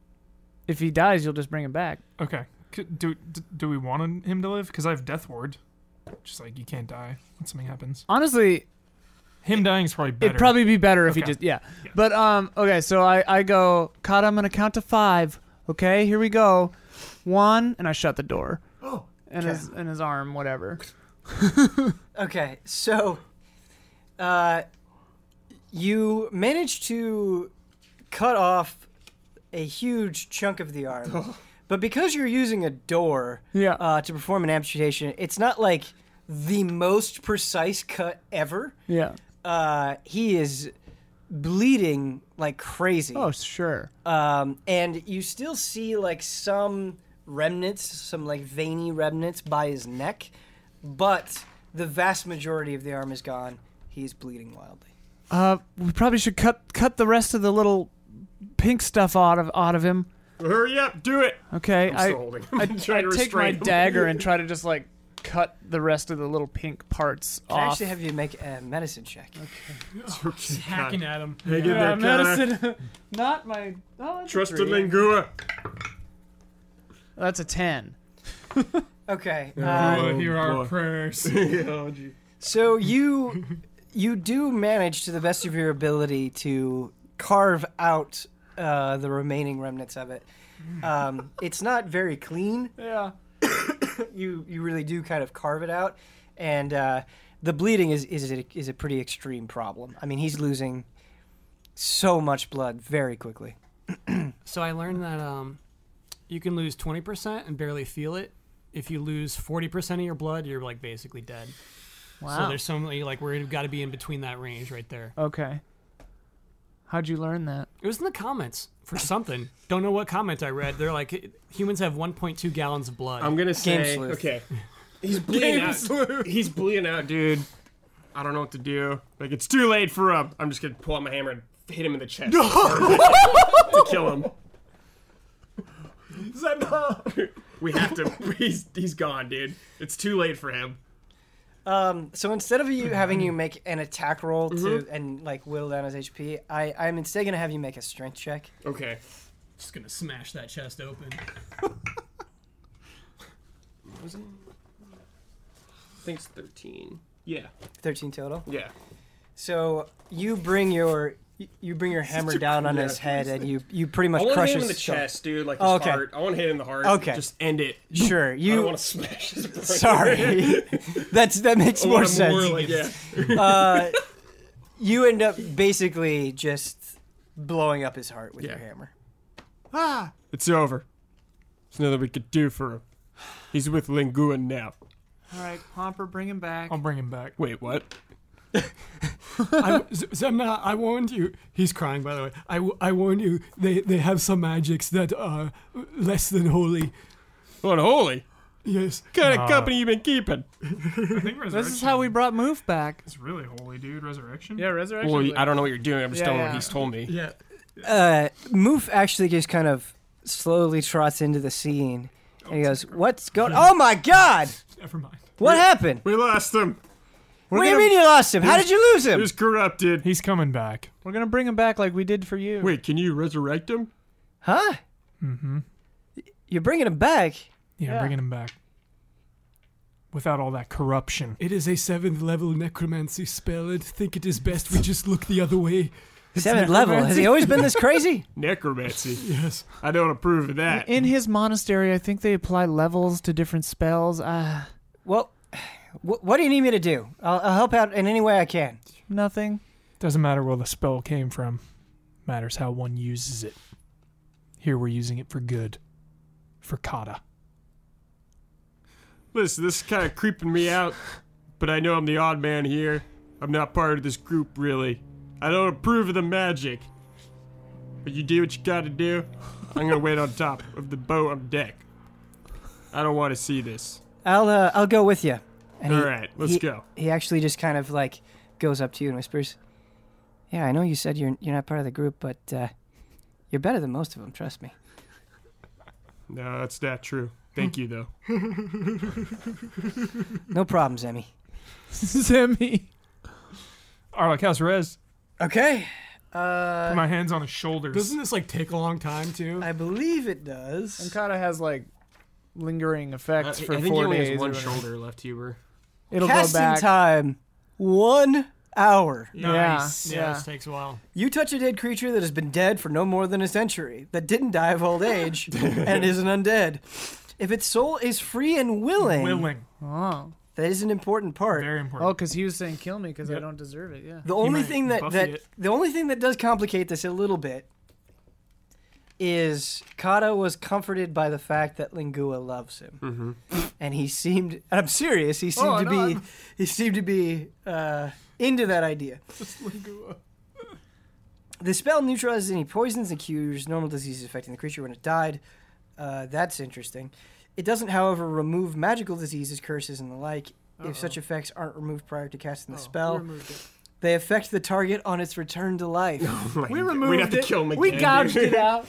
[SPEAKER 2] If he dies, you'll just bring him back.
[SPEAKER 3] Okay. C- Do d- do we want him to live? Because I have Death Ward. Just like you can't die when something happens.
[SPEAKER 2] Honestly,
[SPEAKER 3] Him dying is probably better.
[SPEAKER 2] It'd probably be better if he
[SPEAKER 3] Okay.
[SPEAKER 2] just yeah. But um okay, so I I go, Kata, I'm gonna count to five. Okay, here we go. One, and I shut the door. Oh. And his and his arm, whatever.
[SPEAKER 1] Okay, so uh, you managed to cut off a huge chunk of the arm, but because you're using a door
[SPEAKER 2] Yeah.
[SPEAKER 1] uh, to perform an amputation, it's not like the most precise cut ever.
[SPEAKER 2] Yeah.
[SPEAKER 1] Uh, he is bleeding like crazy.
[SPEAKER 2] Oh sure.
[SPEAKER 1] Um, and you still see like some remnants, some like veiny remnants by his neck, but the vast majority of the arm is gone. He's bleeding wildly.
[SPEAKER 2] Uh we probably should cut cut the rest of the little pink stuff out of out of him.
[SPEAKER 6] Hurry up, do it.
[SPEAKER 2] Okay.
[SPEAKER 6] [LAUGHS] I'm still
[SPEAKER 2] I
[SPEAKER 6] holding him.
[SPEAKER 2] I,
[SPEAKER 6] trying
[SPEAKER 2] I
[SPEAKER 6] to
[SPEAKER 2] take my
[SPEAKER 6] restrain [LAUGHS] him.
[SPEAKER 2] dagger and try to just like cut the rest of the little pink parts
[SPEAKER 1] Can I
[SPEAKER 2] off.
[SPEAKER 1] actually have you make a medicine check?
[SPEAKER 4] Hacking at him.
[SPEAKER 6] Hey, get
[SPEAKER 2] yeah,
[SPEAKER 6] that kinda
[SPEAKER 2] medicine. [LAUGHS] Not my oh, that's a
[SPEAKER 6] Trusted
[SPEAKER 2] three.
[SPEAKER 6] Lingua.
[SPEAKER 2] That's a ten.
[SPEAKER 1] Okay.
[SPEAKER 3] Oh,
[SPEAKER 1] Uh,
[SPEAKER 7] Lord, hear our
[SPEAKER 4] boy.
[SPEAKER 7] prayers.
[SPEAKER 1] so you [LAUGHS] you do manage to the best of your ability to carve out uh, the remaining remnants of it.
[SPEAKER 2] Mm.
[SPEAKER 1] Um, it's not very clean.
[SPEAKER 2] Yeah.
[SPEAKER 1] you you really do kind of carve it out, and uh, the bleeding is is a, is a pretty extreme problem. I mean, he's losing so much blood very quickly.
[SPEAKER 4] So I learned that um, you can lose 20% and barely feel it. If you lose 40% of your blood, you're like basically dead. So
[SPEAKER 2] Wow.
[SPEAKER 4] there's some like we've got to be in between that range right there.
[SPEAKER 2] Okay. How'd you learn that?
[SPEAKER 4] It was in the comments for something. Don't know what comment I read. They're like humans have 1.2 gallons of blood.
[SPEAKER 6] I'm gonna say
[SPEAKER 1] sleuth.
[SPEAKER 6] okay. [LAUGHS] He's bleeding out. He's bleeding out, dude. I don't know what to do. Like it's too late for him. I'm just gonna pull out my hammer and hit him in the chest [LAUGHS] to kill him. we have to. He's he's gone, dude. It's too late for him.
[SPEAKER 1] Um, so instead of
[SPEAKER 6] Mm-hmm.
[SPEAKER 1] you having you make an attack roll to and like whittle down his HP, I I'm instead gonna have you make a strength check.
[SPEAKER 6] Okay.
[SPEAKER 4] just gonna smash that chest open.
[SPEAKER 5] [LAUGHS]
[SPEAKER 6] I think it's 13. Yeah.
[SPEAKER 1] Thirteen total.
[SPEAKER 6] Yeah.
[SPEAKER 1] So you bring your you bring your hammer
[SPEAKER 6] a
[SPEAKER 1] down on
[SPEAKER 6] cool
[SPEAKER 1] his
[SPEAKER 6] ass
[SPEAKER 1] head and you you pretty
[SPEAKER 6] I
[SPEAKER 1] much
[SPEAKER 6] want to
[SPEAKER 1] crush
[SPEAKER 6] hit him
[SPEAKER 1] his
[SPEAKER 6] in the
[SPEAKER 1] skull.
[SPEAKER 6] chest, dude. Like his
[SPEAKER 1] Oh, okay.
[SPEAKER 6] heart. I want to hit him in the heart.
[SPEAKER 1] Okay.
[SPEAKER 6] Just end it.
[SPEAKER 1] Sure,
[SPEAKER 6] I
[SPEAKER 1] you.
[SPEAKER 6] [LAUGHS] want to smash his brain.
[SPEAKER 1] [LAUGHS]
[SPEAKER 6] [LAUGHS]
[SPEAKER 1] Sorry, that's that makes
[SPEAKER 6] I
[SPEAKER 1] more
[SPEAKER 6] wanna
[SPEAKER 1] sense.
[SPEAKER 6] like, yeah.
[SPEAKER 7] [LAUGHS]
[SPEAKER 1] Uh, you end up basically just blowing up his heart with your
[SPEAKER 7] Yeah.
[SPEAKER 1] hammer.
[SPEAKER 7] It's over. There's nothing we could do for him. He's with Lingua now.
[SPEAKER 2] All right, Pomper, bring him back.
[SPEAKER 3] I'll bring him back.
[SPEAKER 7] Wait, what?
[SPEAKER 4] I,
[SPEAKER 5] Zemna, I warned you. He's crying, by the way. I, w- I warned you. They they have some magics that are less than holy.
[SPEAKER 7] What holy?
[SPEAKER 5] Yes.
[SPEAKER 7] What kind
[SPEAKER 3] Nah.
[SPEAKER 7] of company you been keeping?
[SPEAKER 3] I think resurrection.
[SPEAKER 2] This is how we brought Moof back.
[SPEAKER 3] It's really holy, dude. Resurrection.
[SPEAKER 2] resurrection.
[SPEAKER 7] Well, I don't know what you're doing. I'm just
[SPEAKER 2] Yeah,
[SPEAKER 7] telling what
[SPEAKER 2] yeah.
[SPEAKER 7] he's told me.
[SPEAKER 4] yeah.
[SPEAKER 1] Uh, Moof actually just kind of slowly trots into the scene
[SPEAKER 7] Oh,
[SPEAKER 1] and he goes,
[SPEAKER 7] [LAUGHS]
[SPEAKER 1] What's going Oh my god!
[SPEAKER 7] Never mind.
[SPEAKER 1] What happened?
[SPEAKER 7] We lost him.
[SPEAKER 1] What do you mean you lost him? How did you lose
[SPEAKER 7] He
[SPEAKER 1] him?
[SPEAKER 7] was corrupted.
[SPEAKER 3] He's coming back.
[SPEAKER 2] We're gonna bring him back like we did for you.
[SPEAKER 7] Wait, can you resurrect him?
[SPEAKER 1] Huh? Mm hmm. You're bringing him back?
[SPEAKER 3] Yeah, bringing him back. Without all that corruption.
[SPEAKER 5] It is a seventh level necromancy spell. I think it is best we just look the other way.
[SPEAKER 1] Seventh level.
[SPEAKER 7] [LAUGHS]
[SPEAKER 1] Has he always been this crazy?
[SPEAKER 7] Necromancy. yes. I don't approve of that.
[SPEAKER 2] In his monastery, I think they apply levels to different spells. Ah,
[SPEAKER 1] Well, wh- what do you need me to do? I'll, I'll help out in any way I can.
[SPEAKER 2] nothing. [LAUGHS]
[SPEAKER 3] Doesn't matter where the spell came from. Matters how one uses it. Here we're using it for good. For kata.
[SPEAKER 7] Listen, this is kind of creeping me out, but I know I'm the odd man here. I'm not part of this group, really. I don't approve of the magic. But you do what you gotta do. I'm gonna wait on top of the boat on deck. I don't want to see this.
[SPEAKER 1] I'll uh, I'll go with you. And
[SPEAKER 7] All right, let's
[SPEAKER 1] he-
[SPEAKER 7] go.
[SPEAKER 1] He actually just kind of like goes up to you and whispers, "Yeah, I know you said you're you're not part of the group, but uh, you're better than most of them. Trust me."
[SPEAKER 7] No, that's not true. Thank you, though.
[SPEAKER 2] [LAUGHS]
[SPEAKER 1] No problems, Emmy.
[SPEAKER 2] Zimmy.
[SPEAKER 3] Arlok, how's Rez?
[SPEAKER 1] Okay. Uh,
[SPEAKER 3] Put my hands on his shoulders.
[SPEAKER 4] Doesn't this like take a long time too?
[SPEAKER 1] I believe it does.
[SPEAKER 2] Kata has like lingering effects
[SPEAKER 6] I,
[SPEAKER 2] for
[SPEAKER 6] I think he
[SPEAKER 2] four
[SPEAKER 6] only
[SPEAKER 2] days.
[SPEAKER 6] has
[SPEAKER 2] or
[SPEAKER 6] one
[SPEAKER 2] whatever.
[SPEAKER 6] shoulder left, Huber.
[SPEAKER 2] It'll go
[SPEAKER 1] Casting
[SPEAKER 2] back.
[SPEAKER 1] time, one hour.
[SPEAKER 2] Nice.
[SPEAKER 4] Yeah,
[SPEAKER 2] Yeah.
[SPEAKER 4] this takes a while.
[SPEAKER 1] You touch a dead creature that has been dead for no more than a century, that didn't die of old
[SPEAKER 2] [LAUGHS]
[SPEAKER 1] age, and is an undead. If its soul is free and willing,
[SPEAKER 3] Willing.
[SPEAKER 2] Oh,
[SPEAKER 1] that is an important part.
[SPEAKER 3] Very important.
[SPEAKER 2] oh, because he was saying kill me because I don't deserve it. Yeah.
[SPEAKER 1] The only thing that,
[SPEAKER 3] buffy
[SPEAKER 1] that
[SPEAKER 3] it.
[SPEAKER 1] the only thing that does complicate this a little bit is Kata was comforted by the fact that Lingua loves him, and he seemed. And I'm serious. He seemed
[SPEAKER 2] Oh,
[SPEAKER 1] to
[SPEAKER 2] no,
[SPEAKER 1] be.
[SPEAKER 2] I'm-
[SPEAKER 1] He seemed to be uh, into that idea. the spell neutralizes any poisons and cures normal diseases affecting the creature when it died. Uh, that's interesting. It doesn't, however, remove magical diseases, curses, and the like. If such effects aren't removed prior to casting
[SPEAKER 2] Oh,
[SPEAKER 1] the spell, they affect the target on its return to life.
[SPEAKER 6] we removed We'd have to
[SPEAKER 2] it.
[SPEAKER 6] kill him again.
[SPEAKER 2] We
[SPEAKER 6] dude.
[SPEAKER 2] gouged it out.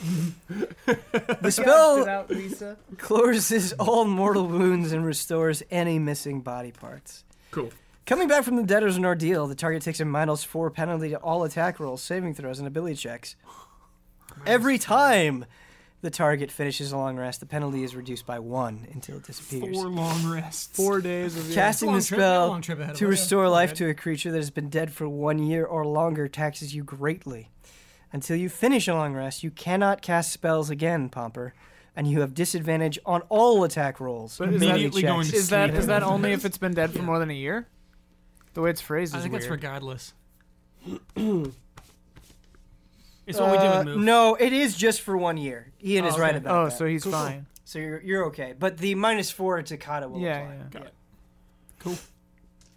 [SPEAKER 1] The
[SPEAKER 2] Gouged it
[SPEAKER 1] spell
[SPEAKER 2] out, Lisa.
[SPEAKER 1] closes all mortal wounds and restores any missing body parts.
[SPEAKER 6] Cool.
[SPEAKER 1] Coming back from the dead is an ordeal. The target takes a minus four penalty to all attack rolls, saving throws, and ability checks. Every time the target finishes a long rest, the penalty is reduced by one until it disappears.
[SPEAKER 3] Four long rests.
[SPEAKER 2] Four days of yeah.
[SPEAKER 1] Casting
[SPEAKER 4] long
[SPEAKER 1] the
[SPEAKER 4] trip- yeah,
[SPEAKER 1] spell
[SPEAKER 4] long trip ahead of
[SPEAKER 1] to
[SPEAKER 4] us.
[SPEAKER 1] restore life to a creature that has been dead for one year or longer taxes you greatly. Until you finish a long rest, you cannot cast spells again, Pomper, and you have disadvantage on all attack rolls.
[SPEAKER 2] But is that-
[SPEAKER 1] ability
[SPEAKER 3] Immediately
[SPEAKER 1] checks.
[SPEAKER 3] going to
[SPEAKER 2] Is that is that only if it's been dead for more than a year? The way it's phrased
[SPEAKER 4] I
[SPEAKER 2] is
[SPEAKER 4] think
[SPEAKER 2] weird.
[SPEAKER 4] that's regardless. [CLEARS THROAT] it's what we do
[SPEAKER 1] Uh,
[SPEAKER 4] with move.
[SPEAKER 1] no, it is just for one year. Ian is
[SPEAKER 4] Oh,
[SPEAKER 1] right
[SPEAKER 4] okay.
[SPEAKER 1] about
[SPEAKER 2] oh,
[SPEAKER 1] that.
[SPEAKER 2] so he's fine.
[SPEAKER 1] So you're, you're okay. But the minus four to Kata will
[SPEAKER 2] Yeah,
[SPEAKER 1] apply.
[SPEAKER 2] yeah.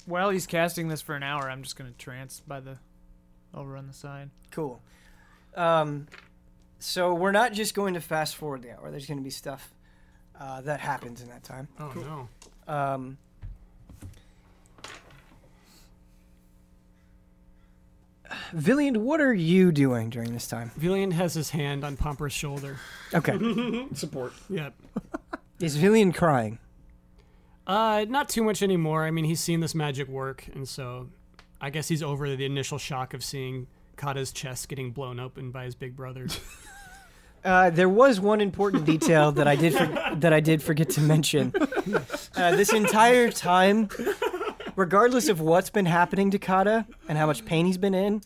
[SPEAKER 2] While he's casting this for an hour, I'm just gonna trance by the. I'll run the side.
[SPEAKER 1] Cool. Um, so we're not just going to fast forward the hour. There's going to be stuff uh, that happens in that time.
[SPEAKER 4] Oh no.
[SPEAKER 1] Um, Villian, what are you doing during this time?
[SPEAKER 4] Villian has his hand on Pomper's shoulder.
[SPEAKER 1] Okay.
[SPEAKER 6] Support.
[SPEAKER 4] Yep.
[SPEAKER 1] Is Villian crying?
[SPEAKER 4] Uh, not too much anymore. I mean, he's seen this magic work, and so I guess he's over the initial shock of seeing Kata's chest getting blown open by his big [LAUGHS] brother.
[SPEAKER 1] Uh, there was one important detail that I did for- that I did forget to mention. Uh, this entire time, regardless of what's been happening to Kata and how much pain he's been in,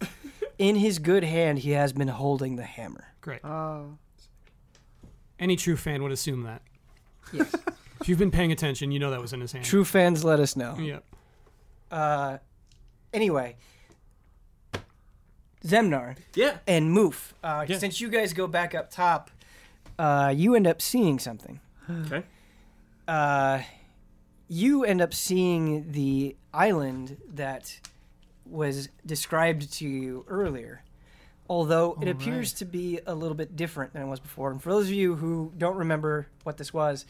[SPEAKER 1] in his good hand he has been holding the hammer.
[SPEAKER 4] Great.
[SPEAKER 2] Oh,
[SPEAKER 4] Any true fan would assume that.
[SPEAKER 1] Yes.
[SPEAKER 4] If you've been paying attention, you know that was in his hand.
[SPEAKER 1] True fans, let us know.
[SPEAKER 4] Yep.
[SPEAKER 1] Uh, anyway, Zemnar
[SPEAKER 6] Yeah.
[SPEAKER 1] and Moof, uh, since you guys go back up top, uh, you end up seeing something.
[SPEAKER 6] Okay.
[SPEAKER 1] Uh, you end up seeing the island that was described to you earlier, although it appears to be a little bit different than it was before. And for those of you who don't remember what this was,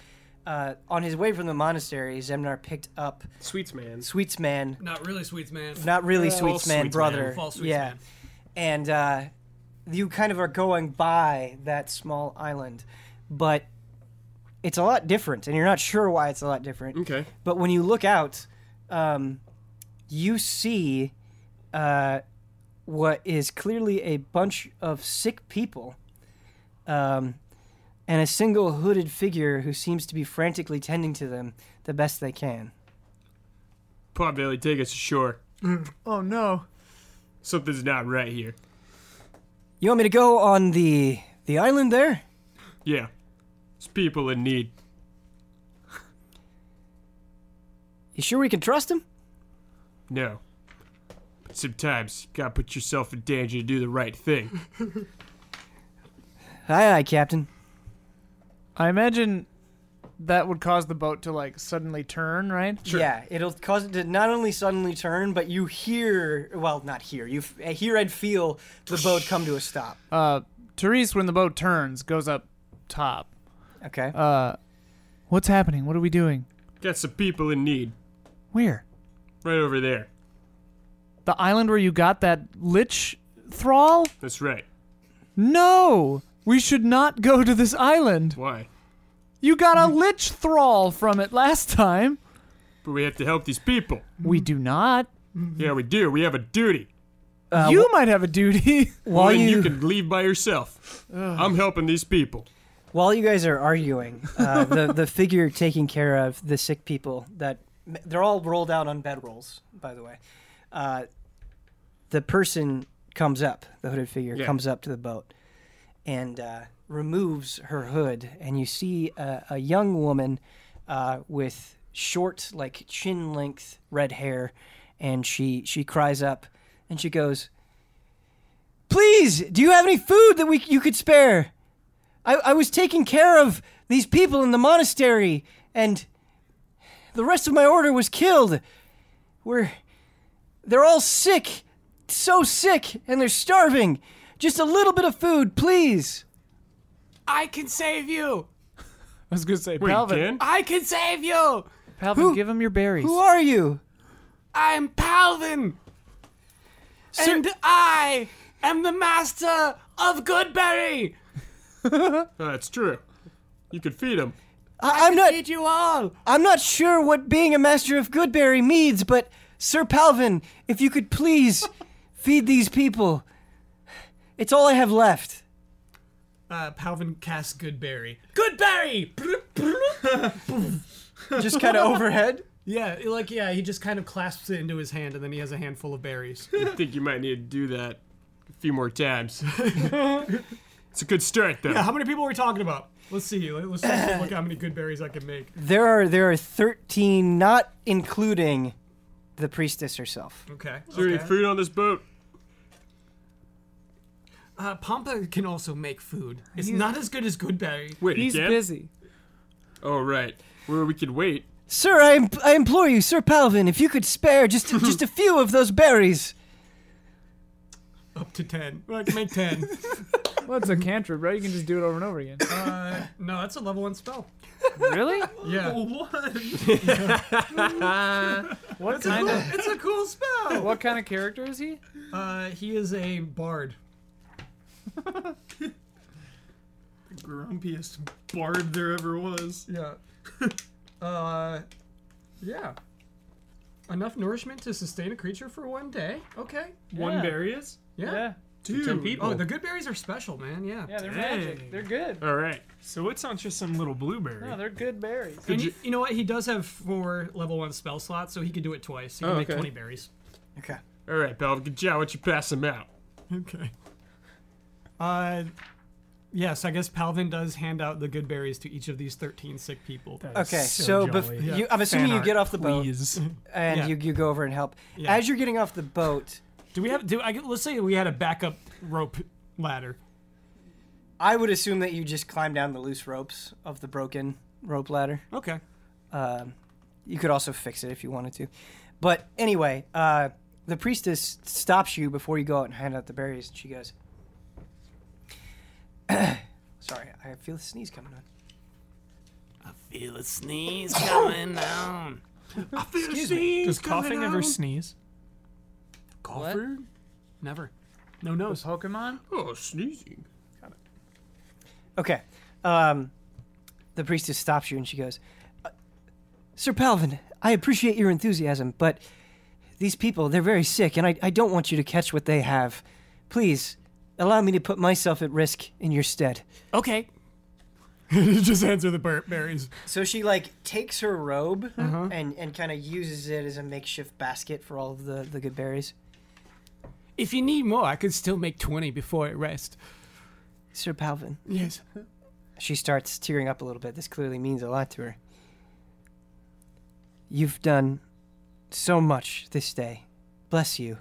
[SPEAKER 1] uh, on his way from the monastery, Zemnar picked up
[SPEAKER 6] Sweets man.
[SPEAKER 1] Sweetsman
[SPEAKER 4] Not really, sweets man.
[SPEAKER 1] not really Sweets
[SPEAKER 6] False
[SPEAKER 1] Man
[SPEAKER 6] Sweets
[SPEAKER 1] brother.
[SPEAKER 6] Man.
[SPEAKER 4] False Sweets
[SPEAKER 1] yeah.
[SPEAKER 4] Man.
[SPEAKER 1] And uh, you kind of are going by that small island, but it's a lot different, and you're not sure why it's a lot different.
[SPEAKER 6] Okay.
[SPEAKER 1] But when you look out, um, you see uh, what is clearly a bunch of sick people um, and a single hooded figure who seems to be frantically tending to them the best they can.
[SPEAKER 6] Pot Valley, take us ashore.
[SPEAKER 2] oh no.
[SPEAKER 6] Something's not right here.
[SPEAKER 1] You want me to go on the the island there?
[SPEAKER 6] Yeah. It's people in need.
[SPEAKER 1] You sure we can trust him?
[SPEAKER 6] No. But sometimes you gotta put yourself in danger to do the
[SPEAKER 7] [LAUGHS]
[SPEAKER 6] right thing.
[SPEAKER 1] Aye, aye, Captain.
[SPEAKER 2] I imagine that would cause the boat to like suddenly turn, right?
[SPEAKER 1] Yeah, it'll cause it to not only suddenly turn, but you hear, well, not hear, you f- hear and feel the boat come to a stop.
[SPEAKER 2] Uh, Therese, when the boat turns, goes up top.
[SPEAKER 1] Okay.
[SPEAKER 2] Uh, what's happening? What are we doing?
[SPEAKER 6] Got some people in need.
[SPEAKER 2] Where?
[SPEAKER 6] Right over there.
[SPEAKER 2] The island where you got that lich thrall?
[SPEAKER 6] That's right.
[SPEAKER 2] No! We should not go to this island.
[SPEAKER 6] Why?
[SPEAKER 2] You got [LAUGHS] a lich thrall from it last time.
[SPEAKER 6] But we have to help these people.
[SPEAKER 2] We do not. Uh,
[SPEAKER 6] Yeah, we do. We have a duty.
[SPEAKER 2] you might have a duty.
[SPEAKER 1] While
[SPEAKER 2] [LAUGHS]
[SPEAKER 6] and you...
[SPEAKER 1] you,
[SPEAKER 6] can leave by yourself. I'm helping these people.
[SPEAKER 1] While you guys are arguing, uh, the the figure taking care of the sick people that they're all rolled out on bedrolls, by the way. Uh, the person comes up, the hooded figure
[SPEAKER 6] Yeah.
[SPEAKER 1] comes up to the boat, and uh, removes her hood, and you see a, a young woman uh, with short, like chin length red hair, and she she cries up, and she goes. Please, do you have any food that we you could spare? I, I was taking care of these people in the monastery, and the rest of my order was killed. We're. They're all sick. So sick, and they're starving. Just a little bit of food, please.
[SPEAKER 4] I can save you.
[SPEAKER 2] I was gonna say,
[SPEAKER 6] Wait,
[SPEAKER 2] Palvin,
[SPEAKER 6] Dan?
[SPEAKER 4] I can save you.
[SPEAKER 2] Palvin, give him your berries.
[SPEAKER 1] Who are you?
[SPEAKER 4] I'm Palvin. and I am the master of Goodberry.
[SPEAKER 6] Uh, it's true. You could feed him.
[SPEAKER 1] I, I'm not.
[SPEAKER 4] Feed you all.
[SPEAKER 1] I'm not sure what being a master of Goodberry means, but Sir Palvin, if you could please
[SPEAKER 4] [LAUGHS]
[SPEAKER 1] feed these people, it's all I have left.
[SPEAKER 4] Uh, Palvin casts Goodberry. Goodberry.
[SPEAKER 1] Just kind of [LAUGHS] overhead.
[SPEAKER 4] [LAUGHS] yeah, like yeah, he just kind of clasps it into his hand, and then he has a handful of berries.
[SPEAKER 7] [LAUGHS]
[SPEAKER 6] I think you might need to do that a few more times. [LAUGHS] it's a good start, though.
[SPEAKER 4] [LAUGHS] Yeah, how many people are we talking about? Let's see. Let- Let's just look how many good berries I can make.
[SPEAKER 1] There are there are thirteen, not including the priestess herself.
[SPEAKER 4] [LAUGHS] Okay.
[SPEAKER 6] Is there any
[SPEAKER 4] okay.
[SPEAKER 6] food on this boat?
[SPEAKER 4] Uh, Pompa can also make food. It's not as good as Goodberry.
[SPEAKER 6] Wait,
[SPEAKER 2] He's
[SPEAKER 6] again?
[SPEAKER 2] busy.
[SPEAKER 6] Oh, right. Where we could wait.
[SPEAKER 1] Sir, I, imp- I implore you, Sir Palvin, if you could spare
[SPEAKER 3] [LAUGHS]
[SPEAKER 1] just just a few of those berries.
[SPEAKER 4] Up to ten. Well, I can make ten.
[SPEAKER 2] Well, it's a cantrip, bro. You can just do it over and over again.
[SPEAKER 4] uh, [LAUGHS] no, that's a level one spell.
[SPEAKER 2] [LAUGHS] really?
[SPEAKER 4] Yeah.
[SPEAKER 2] What kind of
[SPEAKER 4] It's a cool [LAUGHS] spell.
[SPEAKER 2] what kind of character is he?
[SPEAKER 4] Uh, he is a bard.
[SPEAKER 7] Grumpiest bard there ever was.
[SPEAKER 4] [LAUGHS] Yeah. uh, yeah. Enough nourishment to sustain a creature for one day. Okay.
[SPEAKER 2] Yeah.
[SPEAKER 7] One berry is?
[SPEAKER 4] Yeah.
[SPEAKER 2] Yeah.
[SPEAKER 7] Two.
[SPEAKER 6] Ten people.
[SPEAKER 4] Oh, the good berries are special, man. Yeah.
[SPEAKER 2] Yeah, they're
[SPEAKER 7] Dang.
[SPEAKER 2] magic. They're good.
[SPEAKER 6] All right.
[SPEAKER 3] So it's not just some little blueberry.
[SPEAKER 2] No, they're good berries.
[SPEAKER 4] And you, you know what? He does have four level one spell slots, so he could do it twice. He can
[SPEAKER 6] Oh,
[SPEAKER 4] make
[SPEAKER 6] okay.
[SPEAKER 4] twenty berries.
[SPEAKER 1] Okay.
[SPEAKER 6] All right, pal. Good job. Why don't you pass him out?
[SPEAKER 4] Okay. Uh, yes, I guess Palvin does hand out the good berries to each of these thirteen sick people. Uh,
[SPEAKER 1] Okay.
[SPEAKER 3] So
[SPEAKER 1] So, bef-
[SPEAKER 3] jolly.
[SPEAKER 1] you, I'm assuming
[SPEAKER 3] Fan
[SPEAKER 1] you
[SPEAKER 3] art,
[SPEAKER 1] get off the boat
[SPEAKER 3] Please.
[SPEAKER 1] and
[SPEAKER 4] Yeah.
[SPEAKER 1] you, you go over and help.
[SPEAKER 4] Yeah.
[SPEAKER 1] As you're getting off the boat,
[SPEAKER 4] Do we have? Do I? Let's say we had a backup rope ladder.
[SPEAKER 1] I would assume that you just climb down the loose ropes of the broken rope ladder.
[SPEAKER 4] Okay.
[SPEAKER 1] Um, you could also fix it if you wanted to. But anyway, uh, the priestess stops you before you go out and hand out the berries, and she goes, [COUGHS] Sorry, I feel the sneeze coming on.
[SPEAKER 4] Feel a sneeze coming down.
[SPEAKER 3] Excuse me. Does coughing ever sneeze?
[SPEAKER 4] Golfer? Never. No nose.
[SPEAKER 2] Pokemon?
[SPEAKER 6] Oh, sneezing.
[SPEAKER 1] Okay. Um, the priestess stops you and she goes, "Uh, Sir Palvin, I appreciate your enthusiasm, but these people, they're very sick, and I, I don't want you to catch what they have. Please, allow me to put myself at risk in your stead.
[SPEAKER 4] Okay. he just hands her the bur- berries.
[SPEAKER 1] So she like takes her robe and, and kind of uses it as a makeshift basket for all of the, the good berries.
[SPEAKER 4] If you need more, I could still make 20 before it rests.
[SPEAKER 1] Sir Palvin.
[SPEAKER 4] Yes.
[SPEAKER 1] She starts tearing up a little bit. This clearly means a lot to her. You've done so much this day. Bless you.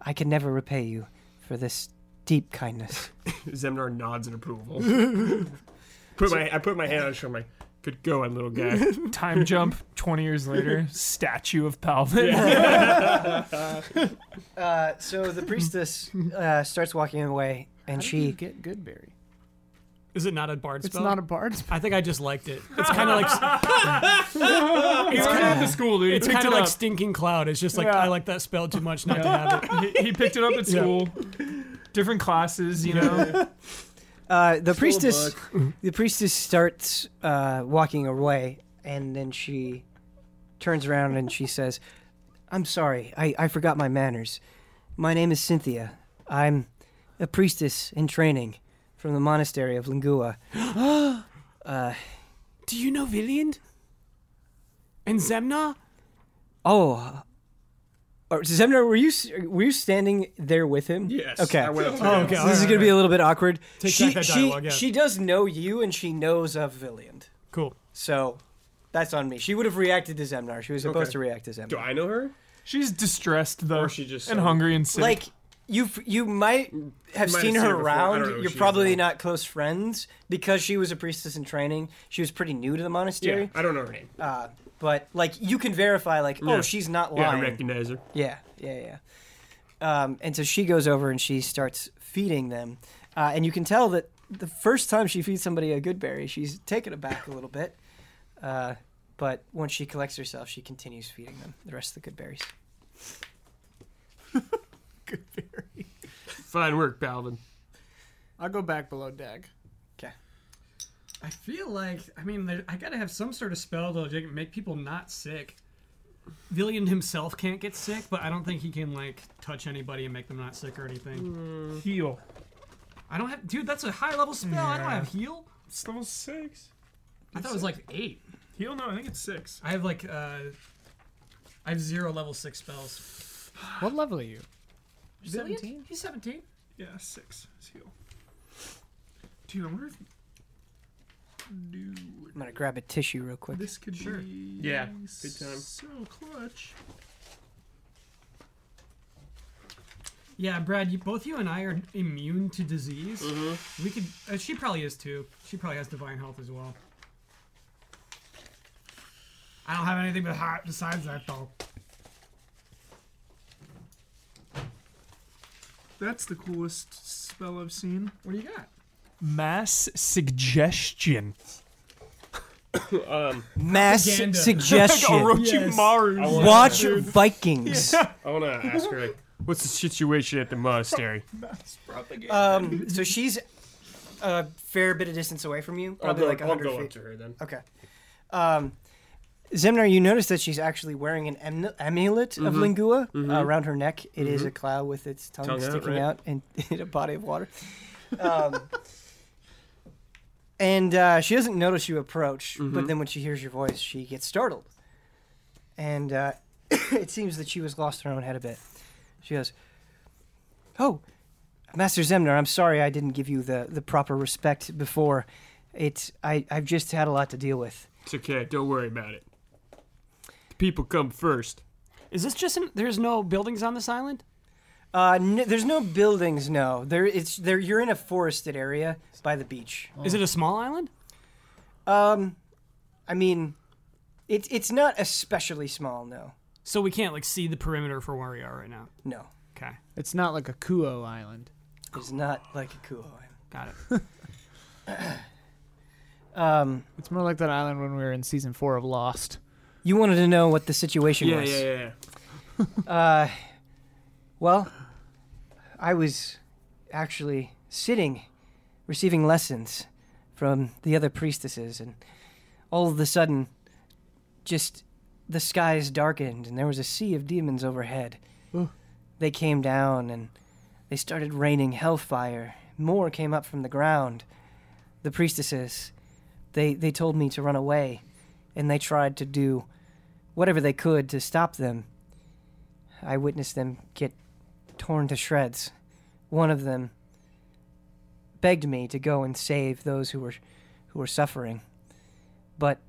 [SPEAKER 1] I can never repay you for this deep [LAUGHS] kindness.
[SPEAKER 6] Zemnar nods in [LAUGHS] approval. put my I put my hand on his shoulder. I'm like, good going, little guy.
[SPEAKER 3] Time jump. Twenty years
[SPEAKER 2] [LAUGHS]
[SPEAKER 3] later, statue of Palvin.
[SPEAKER 1] Uh, so the priestess uh, starts walking away, and she
[SPEAKER 2] get good berry.
[SPEAKER 4] Is it not a bard
[SPEAKER 2] It's
[SPEAKER 4] spell?
[SPEAKER 2] not a bard's
[SPEAKER 4] I think I just liked it. It's kind of like
[SPEAKER 3] He went out to school, dude. He
[SPEAKER 4] it's
[SPEAKER 3] picked
[SPEAKER 4] kind
[SPEAKER 3] it
[SPEAKER 4] of like
[SPEAKER 3] up.
[SPEAKER 4] stinking cloud. It's just like
[SPEAKER 3] Yeah.
[SPEAKER 4] I like that spell too much not to have it.
[SPEAKER 3] he, he picked it up
[SPEAKER 2] [LAUGHS]
[SPEAKER 3] at school. Different classes, you know.
[SPEAKER 1] Uh, the priestess, [LAUGHS] the priestess starts uh, walking away, and then she turns around and she says, "I'm sorry, I, I forgot my manners. My name is Cynthia. I'm a priestess in training for from the monastery of Lingua. uh,
[SPEAKER 4] Do you know Villiand? And Zemna?
[SPEAKER 1] oh, or, Zemner, were you s- were you standing there with him?
[SPEAKER 6] [LAUGHS] Yes.
[SPEAKER 1] Okay.
[SPEAKER 6] I went up to
[SPEAKER 5] Oh,
[SPEAKER 6] him.
[SPEAKER 5] okay.
[SPEAKER 1] So this is gonna be a little bit awkward.
[SPEAKER 5] Take
[SPEAKER 1] she
[SPEAKER 5] back that
[SPEAKER 1] she
[SPEAKER 5] dialogue, yeah.
[SPEAKER 1] she does know you, and she knows of Villiand.
[SPEAKER 5] cool.
[SPEAKER 1] So that's on me. She would have reacted to Zemnar. She was supposed
[SPEAKER 6] Okay.
[SPEAKER 1] to react to Zemnar.
[SPEAKER 6] Do I know her?
[SPEAKER 3] She's distressed though,
[SPEAKER 6] Or she just
[SPEAKER 3] and
[SPEAKER 6] said-
[SPEAKER 3] hungry and sick.
[SPEAKER 1] like you you might have
[SPEAKER 6] Might
[SPEAKER 1] seen
[SPEAKER 6] have seen her
[SPEAKER 1] her
[SPEAKER 6] before. I don't know who
[SPEAKER 1] around. You're
[SPEAKER 6] she is,
[SPEAKER 1] probably
[SPEAKER 6] though.
[SPEAKER 1] not close friends because she was a priestess in training. She was pretty new to the
[SPEAKER 6] Yeah.
[SPEAKER 1] monastery.
[SPEAKER 6] I don't know her name.
[SPEAKER 1] Uh, but like you can verify, like, oh, she's not
[SPEAKER 6] Yeah, I
[SPEAKER 1] lying.
[SPEAKER 6] recognize her.
[SPEAKER 1] Yeah, yeah, yeah. Um, and so she goes over and she starts feeding them, uh, and you can tell that the first time she feeds somebody a good berry, she's taken aback a little bit. Uh, but once she collects herself, she continues feeding them the rest of the good berries.
[SPEAKER 6] Fine work, Paladin.
[SPEAKER 4] I'll go back below deck.
[SPEAKER 5] I feel like I mean there- I gotta have some sort of spell to like, make people not sick. Villian himself can't get sick, but I don't think he can like touch anybody and make them not sick or anything.
[SPEAKER 3] heal.
[SPEAKER 5] I don't have, dude. That's a high level spell. I don't have heal.
[SPEAKER 3] It's level six.
[SPEAKER 5] I thought it was like eight.
[SPEAKER 3] Heal? No, I think it's six.
[SPEAKER 5] I have like uh, I have zero level six spells.
[SPEAKER 2] What level are you?
[SPEAKER 5] Seventeen. He's seventeen.
[SPEAKER 3] Yeah, six. It's heal. Dude, I wonder if
[SPEAKER 1] I'm gonna grab a tissue real quick.
[SPEAKER 3] this could sure. be
[SPEAKER 6] Yeah. Good time.
[SPEAKER 3] so clutch.
[SPEAKER 5] Yeah, Brad. You, both you and I are immune to disease. We could. Uh, she probably is too. She probably has divine health as well.
[SPEAKER 4] I don't have anything behi- besides that though.
[SPEAKER 3] That's the coolest spell I've seen.
[SPEAKER 4] What do you got?
[SPEAKER 3] Mass suggestion.
[SPEAKER 6] Um,
[SPEAKER 1] Mass
[SPEAKER 3] [LAUGHS]
[SPEAKER 4] Propaganda.
[SPEAKER 1] suggestion.
[SPEAKER 3] Orochimaru.
[SPEAKER 6] I wanna,
[SPEAKER 1] Watch Vikings.
[SPEAKER 6] I wanna ask her like, [LAUGHS] what's the situation at the monastery?
[SPEAKER 1] Um, so she's a fair bit of distance away from you,
[SPEAKER 6] I'll
[SPEAKER 1] probably
[SPEAKER 6] go,
[SPEAKER 1] like
[SPEAKER 6] I'll
[SPEAKER 1] 100
[SPEAKER 6] go up
[SPEAKER 1] feet.
[SPEAKER 6] to her then.
[SPEAKER 1] Okay. Um, Zemnar, you notice that she's actually wearing an am- amulet of
[SPEAKER 6] Mm-hmm.
[SPEAKER 1] Lingua uh, around her neck. It is a cloud with its tongue,
[SPEAKER 6] Tongue out,
[SPEAKER 1] sticking
[SPEAKER 6] right?
[SPEAKER 1] out in, [LAUGHS] in a body of water. Um, [LAUGHS] and uh, she doesn't notice you approach,
[SPEAKER 6] Mm-hmm.
[SPEAKER 1] but then when she hears your voice, she gets startled. And uh, [COUGHS] it seems that she was lost in her own head a bit. She goes, Oh, Master Zemner, I'm sorry I didn't give you the, the proper respect before. It's I, I've just had a lot to deal with.
[SPEAKER 6] It's okay. Don't worry about it. The people come first.
[SPEAKER 4] Is this just an, there's no buildings on this island?
[SPEAKER 1] Uh, n there's no buildings. No, there. It's there. You're in a forested area by the beach.
[SPEAKER 4] Is it a small island?
[SPEAKER 1] Um, I mean, it's it's not especially small. No,
[SPEAKER 4] So we can't like see the perimeter for where we are right now.
[SPEAKER 1] no,
[SPEAKER 4] Okay,
[SPEAKER 2] It's not like a Kuo island.
[SPEAKER 1] it's not like a Kuo. island.
[SPEAKER 4] got it.
[SPEAKER 1] Um,
[SPEAKER 2] It's more like that island when we were in season four of Lost.
[SPEAKER 1] you wanted to know what the situation
[SPEAKER 6] Yeah,
[SPEAKER 1] was.
[SPEAKER 6] yeah, yeah.
[SPEAKER 1] Uh, well, I was actually sitting, receiving lessons from the other priestesses, and all of a sudden, just the skies darkened, and there was a sea of demons overhead. They came down, and they started raining hellfire. More came up from the ground. The priestesses, they, they told me to run away, and they tried to do whatever they could to stop them. I witnessed them get torn to shreds. One of them begged me to go and save those who were who were suffering. But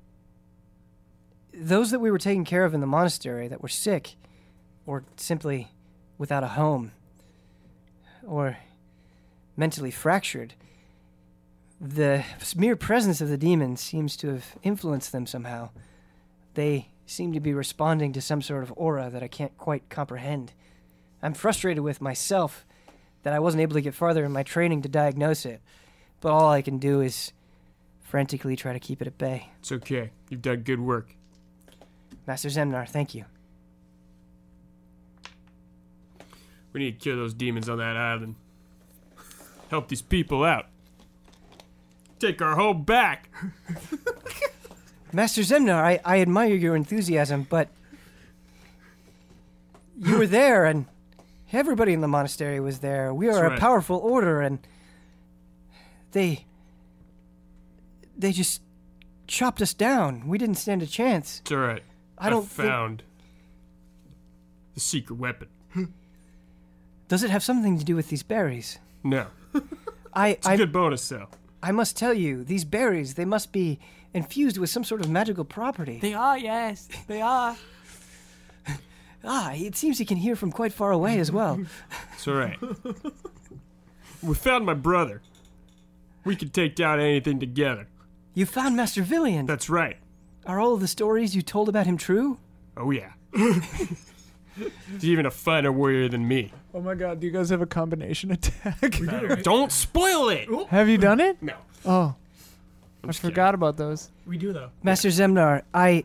[SPEAKER 1] those that we were taking care of in the monastery that were sick or simply without a home or mentally fractured the mere presence of the demons seems to have influenced them somehow they seem to be responding to some sort of aura that I can't quite comprehend. I'm frustrated with myself that I wasn't able to get farther in my training to diagnose it, but all I can do is frantically try to keep it at bay.
[SPEAKER 6] It's okay. You've done good work.
[SPEAKER 1] Master Zemnar, thank you.
[SPEAKER 6] We need to kill those demons on that island. Help these people out. Take our whole back.
[SPEAKER 1] Master Zemnar, I, I admire your enthusiasm, but you were there, and everybody in the monastery was there. We are
[SPEAKER 6] That's
[SPEAKER 1] a
[SPEAKER 6] right.
[SPEAKER 1] powerful order, and They. They just chopped us down. We didn't stand a chance.
[SPEAKER 6] It's all right.
[SPEAKER 1] I don't. think-
[SPEAKER 6] found the secret weapon.
[SPEAKER 1] does it have something to do with these berries?
[SPEAKER 6] No,
[SPEAKER 1] I.
[SPEAKER 6] I,
[SPEAKER 1] I,
[SPEAKER 6] good bonus though.
[SPEAKER 1] I must tell you, these berries, they must be infused with some sort of magical property.
[SPEAKER 8] They
[SPEAKER 4] oh,
[SPEAKER 8] are, yes, they are.
[SPEAKER 1] ah, it seems he can hear from quite far away as
[SPEAKER 6] [LAUGHS]
[SPEAKER 1] well.
[SPEAKER 6] It's
[SPEAKER 1] [LAUGHS]
[SPEAKER 6] all right. we found my brother. We can take down anything together.
[SPEAKER 1] You found Master Villian.
[SPEAKER 6] That's right.
[SPEAKER 1] Are all of the stories you told about him true? [LAUGHS]
[SPEAKER 6] Oh yeah. He's even a finer warrior than me.
[SPEAKER 2] Oh my god, do you guys have a combination attack?
[SPEAKER 6] Don't spoil it.
[SPEAKER 2] [LAUGHS] have you done it?
[SPEAKER 6] No.
[SPEAKER 2] Oh,
[SPEAKER 6] I'm
[SPEAKER 2] I
[SPEAKER 6] just kidding.
[SPEAKER 2] forgot about those.
[SPEAKER 4] We do though.
[SPEAKER 1] Master Zemnar, I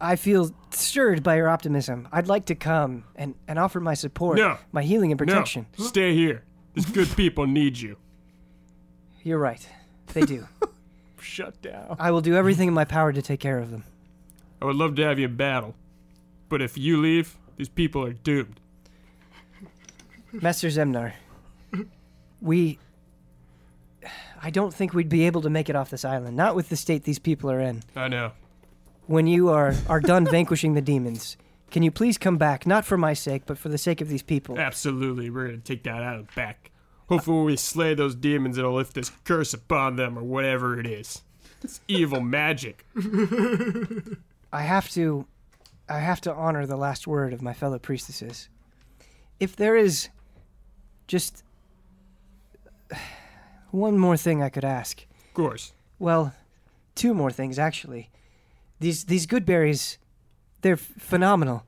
[SPEAKER 1] I feel stirred by your optimism. I'd like to come and, and offer my support,
[SPEAKER 6] No.
[SPEAKER 1] my healing and
[SPEAKER 6] No,
[SPEAKER 1] protection.
[SPEAKER 6] stay here. These good people need you.
[SPEAKER 1] You're right. They
[SPEAKER 6] [LAUGHS]
[SPEAKER 1] do.
[SPEAKER 9] Shut down.
[SPEAKER 1] I will do everything in my power to take care of them.
[SPEAKER 6] I would love to have you in battle, but if you leave, these people are doomed.
[SPEAKER 1] Master Zemnar, we I don't think we'd be able to make it off this island, not with the state these people are in.
[SPEAKER 6] I know.
[SPEAKER 1] When you are are done vanquishing the demons, can you please come back, not for my sake, but for the sake of these people?
[SPEAKER 6] Absolutely, we're gonna take that out of the back. Hopefully, when we slay those demons, it'll lift this curse upon them or whatever it is. It's evil magic.
[SPEAKER 1] I have to I have to honor the last word of my fellow priestesses. If there is just [SIGHS] one more thing I could ask.
[SPEAKER 6] Of course.
[SPEAKER 1] Well, two more things actually. These these good berries, they're f- phenomenal.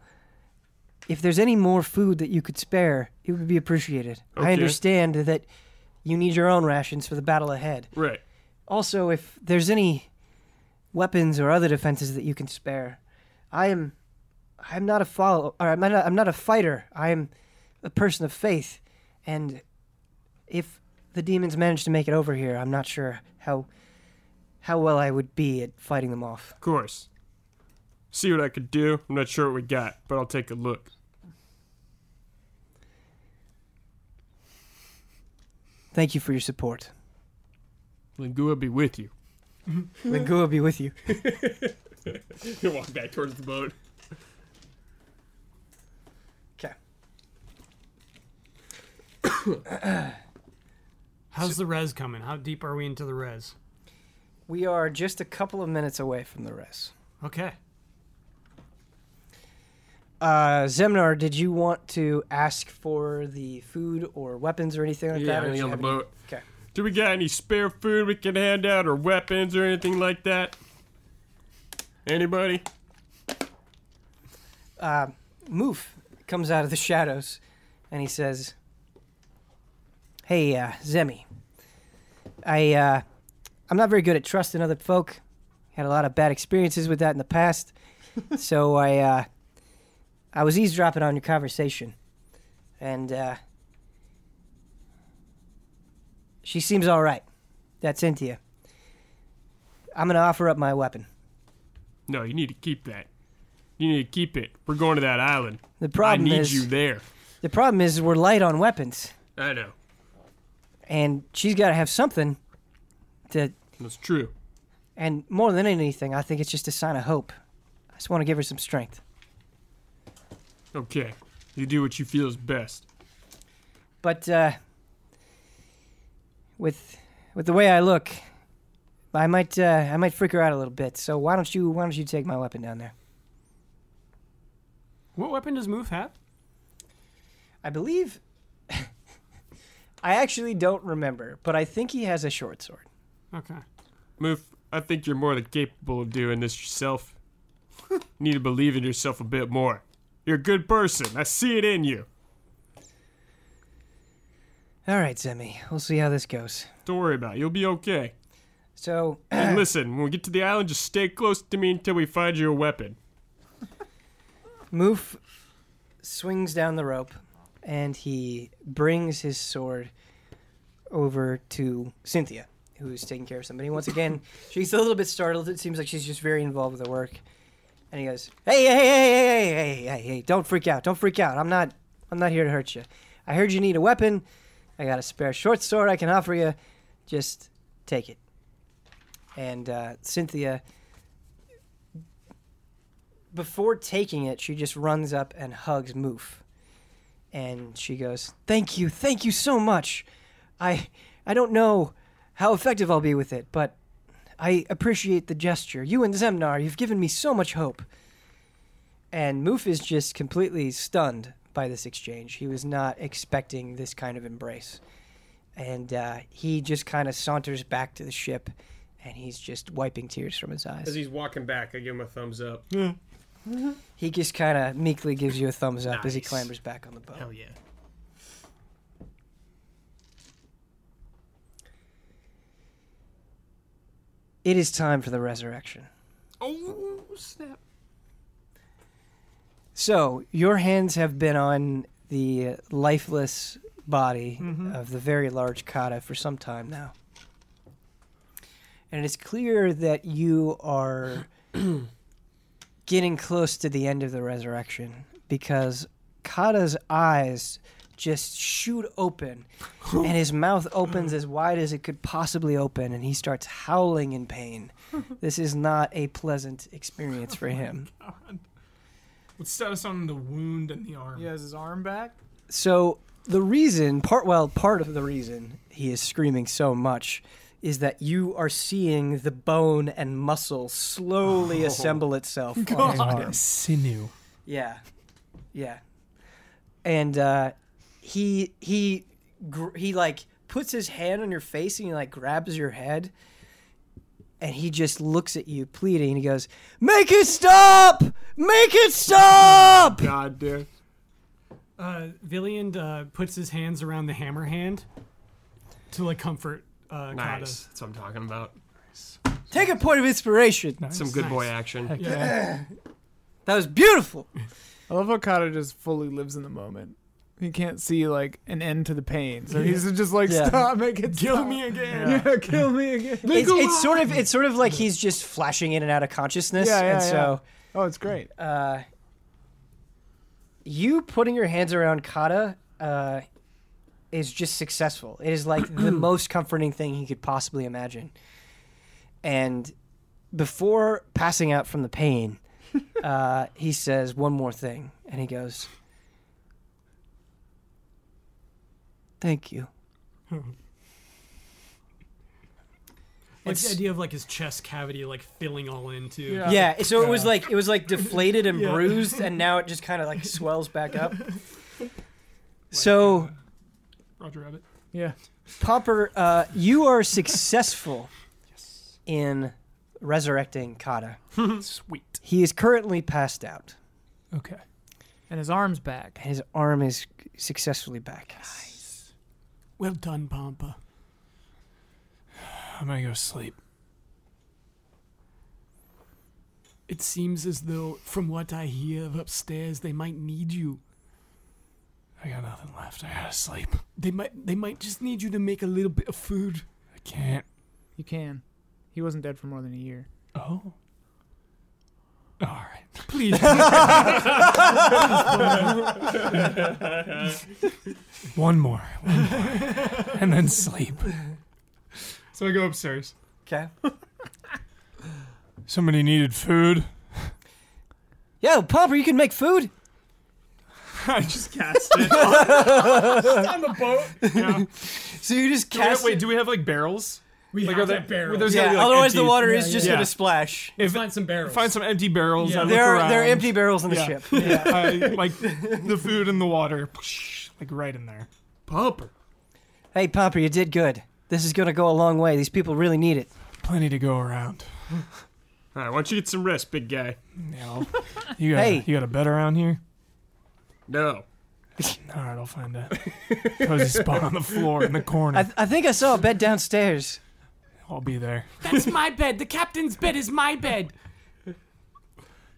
[SPEAKER 1] If there's any more food that you could spare, it would be appreciated. I
[SPEAKER 6] Okay.
[SPEAKER 1] understand that you need your own rations for the battle ahead.
[SPEAKER 6] Right.
[SPEAKER 1] Also, if there's any weapons or other defenses that you can spare, I am, I'm not a follow, or I'm not, a, I'm not a fighter. I am a person of faith, and if the demons manage to make it over here, I'm not sure how, how well I would be at fighting them off.
[SPEAKER 6] Of course. See what I could do. I'm not sure what we got, but I'll take a look.
[SPEAKER 1] Thank you for your support.
[SPEAKER 6] Lingua be with [LAUGHS] you.
[SPEAKER 1] Lingua be [LAUGHS] with you.
[SPEAKER 6] He'll walk back towards the boat.
[SPEAKER 4] How's the res coming? How deep are we into the res?
[SPEAKER 1] We are just a couple of minutes away from the res.
[SPEAKER 4] Okay.
[SPEAKER 1] Uh, Zemnar, did you want to ask for the food or weapons or anything like
[SPEAKER 6] Yeah,
[SPEAKER 1] that? or did
[SPEAKER 6] anything
[SPEAKER 1] you
[SPEAKER 6] on the
[SPEAKER 1] have any-
[SPEAKER 6] boat.
[SPEAKER 1] Okay.
[SPEAKER 6] Do we got any spare food we can hand out or weapons or anything like that? Anybody?
[SPEAKER 1] uh, Moof comes out of the shadows and he says, Hey, uh, Zemi, I, uh, I'm not very good at trusting other folk. Had a lot of bad experiences with that in the
[SPEAKER 6] [LAUGHS]
[SPEAKER 1] past. so I, uh, I was eavesdropping on your conversation. And, uh, she seems all right. That's into you. I'm going to offer up my weapon.
[SPEAKER 6] No, you need to keep that. You need to keep it. We're going to that island.
[SPEAKER 1] The problem
[SPEAKER 6] I need
[SPEAKER 1] is
[SPEAKER 6] you there.
[SPEAKER 1] the problem is we're light on weapons.
[SPEAKER 6] I know.
[SPEAKER 1] and she's got to have something to
[SPEAKER 6] That's true.
[SPEAKER 1] and more than anything i think it's just a sign of hope i just want to give her some strength
[SPEAKER 6] Okay. You do what you feel is best.
[SPEAKER 1] but uh, with with the way i look i might uh, i might freak her out a little bit so why don't you why don't you take my weapon down there
[SPEAKER 4] What weapon does Move have?
[SPEAKER 1] i believe [LAUGHS] i actually don't remember but i think he has a short sword
[SPEAKER 4] Okay.
[SPEAKER 6] Moof, I think you're more than capable of doing this yourself. [LAUGHS] you need to believe in yourself a bit more. You're a good person. I see it in you.
[SPEAKER 1] all right zemi we'll see how this goes
[SPEAKER 6] Don't worry about it. You'll
[SPEAKER 1] [CLEARS THROAT]
[SPEAKER 6] be okay.
[SPEAKER 1] so
[SPEAKER 6] And listen, when we get to the island, just stay close to me until we find you a weapon.
[SPEAKER 1] Moof swings down the rope and he brings his sword over to Cynthia, who's taking care of somebody. Once again, she's a little bit startled. It seems like she's just very involved with her work. And he goes, hey, hey, hey, hey, hey, hey, hey, hey, don't freak out. Don't freak out. I'm not, I'm not here to hurt you. I heard you need a weapon. I got a spare short sword I can offer you. Just take it. And uh, Cynthia, before taking it, she just runs up and hugs Moof. And she goes, Thank you, thank you so much. I, I don't know how effective I'll be with it, but I appreciate the gesture. You and Zemnar, you've given me so much hope. And Moof is just completely stunned by this exchange. He was not expecting this kind of embrace. And uh, he just kind of saunters back to the ship and he's just wiping tears from his
[SPEAKER 6] As
[SPEAKER 1] eyes.
[SPEAKER 6] he's walking back, I give him a thumbs up.
[SPEAKER 1] He just kind of meekly gives you a thumbs up as he
[SPEAKER 6] Nice.
[SPEAKER 1] clambers back on the boat.
[SPEAKER 6] Hell yeah.
[SPEAKER 1] It is time for the resurrection.
[SPEAKER 6] Oh, snap.
[SPEAKER 1] So, your hands have been on the lifeless body of the very large kata for some time now. And it's clear that you are getting close to the end of the resurrection because Kata's eyes just shoot open and his mouth opens as wide as it could possibly open and he starts howling in pain. This is not a pleasant experience for him.
[SPEAKER 3] What's status on the wound and the arm?
[SPEAKER 2] He has his arm back.
[SPEAKER 1] So the reason, part well, part of the reason he is screaming so much is that you are seeing the bone and muscle slowly assemble itself on
[SPEAKER 3] Uh,
[SPEAKER 1] his arm.
[SPEAKER 3] Sinew.
[SPEAKER 1] Yeah, yeah, and uh, he he gr- he like puts his hand on your face and he like grabs your head, and he just looks at you pleading. And he goes, "Make it stop! Make it stop!"
[SPEAKER 6] God, dude.
[SPEAKER 5] Uh, Villiand uh, puts his hands around the hammer hand to like comfort uh, Kata.
[SPEAKER 6] Nice. That's what I'm talking about.
[SPEAKER 1] Take a point of inspiration.
[SPEAKER 6] Some good boy action.
[SPEAKER 1] That was beautiful.
[SPEAKER 2] I love how Kata just fully lives in the moment. He can't see like an end to the pain, so he's just like,
[SPEAKER 1] Yeah.
[SPEAKER 2] "Stop, make it kill me again, yeah, [LAUGHS] kill me again."
[SPEAKER 1] it's, it's sort of it's sort of like he's just flashing in and out of consciousness
[SPEAKER 2] Yeah, yeah,
[SPEAKER 1] and so
[SPEAKER 2] Oh, it's great.
[SPEAKER 1] uh, you putting your hands around kata uh, is just successful it is like the most comforting thing he could possibly imagine and before passing out from the pain uh, he says one more thing and he goes thank you
[SPEAKER 5] Like
[SPEAKER 1] It's-
[SPEAKER 5] the idea of like his chest cavity like filling all in too.
[SPEAKER 2] Yeah.
[SPEAKER 1] Yeah, so it was like it was like deflated
[SPEAKER 3] [LAUGHS]
[SPEAKER 1] and bruised, and now it just kind of like swells back up. So,
[SPEAKER 3] Roger Rabbit.
[SPEAKER 2] Yeah,
[SPEAKER 1] Popper, uh, you are successful in resurrecting Kata.
[SPEAKER 6] Hmm.
[SPEAKER 3] Sweet.
[SPEAKER 1] He is currently passed out,
[SPEAKER 3] Okay.
[SPEAKER 2] and his arm's back.
[SPEAKER 1] and his arm is successfully back.
[SPEAKER 5] Well done, Pompa.
[SPEAKER 3] I'm gonna go sleep.
[SPEAKER 5] It seems as though, from what I hear of upstairs, they might need you.
[SPEAKER 3] I got nothing left. I gotta sleep.
[SPEAKER 5] They might they might just need you to make a little bit of food.
[SPEAKER 3] I can't.
[SPEAKER 2] You can. He wasn't dead for more than a year.
[SPEAKER 3] Oh. All right.
[SPEAKER 5] [LAUGHS] Please.
[SPEAKER 3] One more. One
[SPEAKER 6] [LAUGHS]
[SPEAKER 3] more. and then sleep. So I go upstairs.
[SPEAKER 1] Okay.
[SPEAKER 3] Somebody needed food.
[SPEAKER 1] Yo, Popper, you can make food.
[SPEAKER 3] [LAUGHS] I just cast it on the boat. Yeah.
[SPEAKER 1] So you just
[SPEAKER 3] Do we have-
[SPEAKER 1] cast.
[SPEAKER 3] wait, do we have like barrels?
[SPEAKER 5] we
[SPEAKER 3] Like,
[SPEAKER 5] have
[SPEAKER 3] there-
[SPEAKER 5] that barrel.
[SPEAKER 3] well, there's
[SPEAKER 1] yeah.
[SPEAKER 3] gotta be, like,
[SPEAKER 1] otherwise, the
[SPEAKER 3] empty-
[SPEAKER 1] water is just
[SPEAKER 3] yeah.
[SPEAKER 1] gonna splash.
[SPEAKER 5] Let's [LAUGHS] find some barrels.
[SPEAKER 3] Find some empty barrels.
[SPEAKER 5] Yeah.
[SPEAKER 3] I look
[SPEAKER 1] There are there are
[SPEAKER 3] around.
[SPEAKER 1] empty barrels in the
[SPEAKER 3] [LAUGHS] Yeah.
[SPEAKER 1] ship.
[SPEAKER 3] I, like the food and the water, like right in there.
[SPEAKER 6] Pumper.
[SPEAKER 1] Hey, Popper, you did good. This is gonna go a long way. These people really need it.
[SPEAKER 3] Plenty to go around.
[SPEAKER 6] All right, why don't you get some rest, big guy?
[SPEAKER 3] Now, you got
[SPEAKER 1] Hey.
[SPEAKER 3] you got a bed around here?
[SPEAKER 6] No.
[SPEAKER 3] All right, I'll find a cozy spot on the floor in the corner.
[SPEAKER 1] I, th- I think I saw a bed downstairs.
[SPEAKER 3] I'll be there.
[SPEAKER 5] That's my bed. The captain's bed is my bed.
[SPEAKER 6] Pal,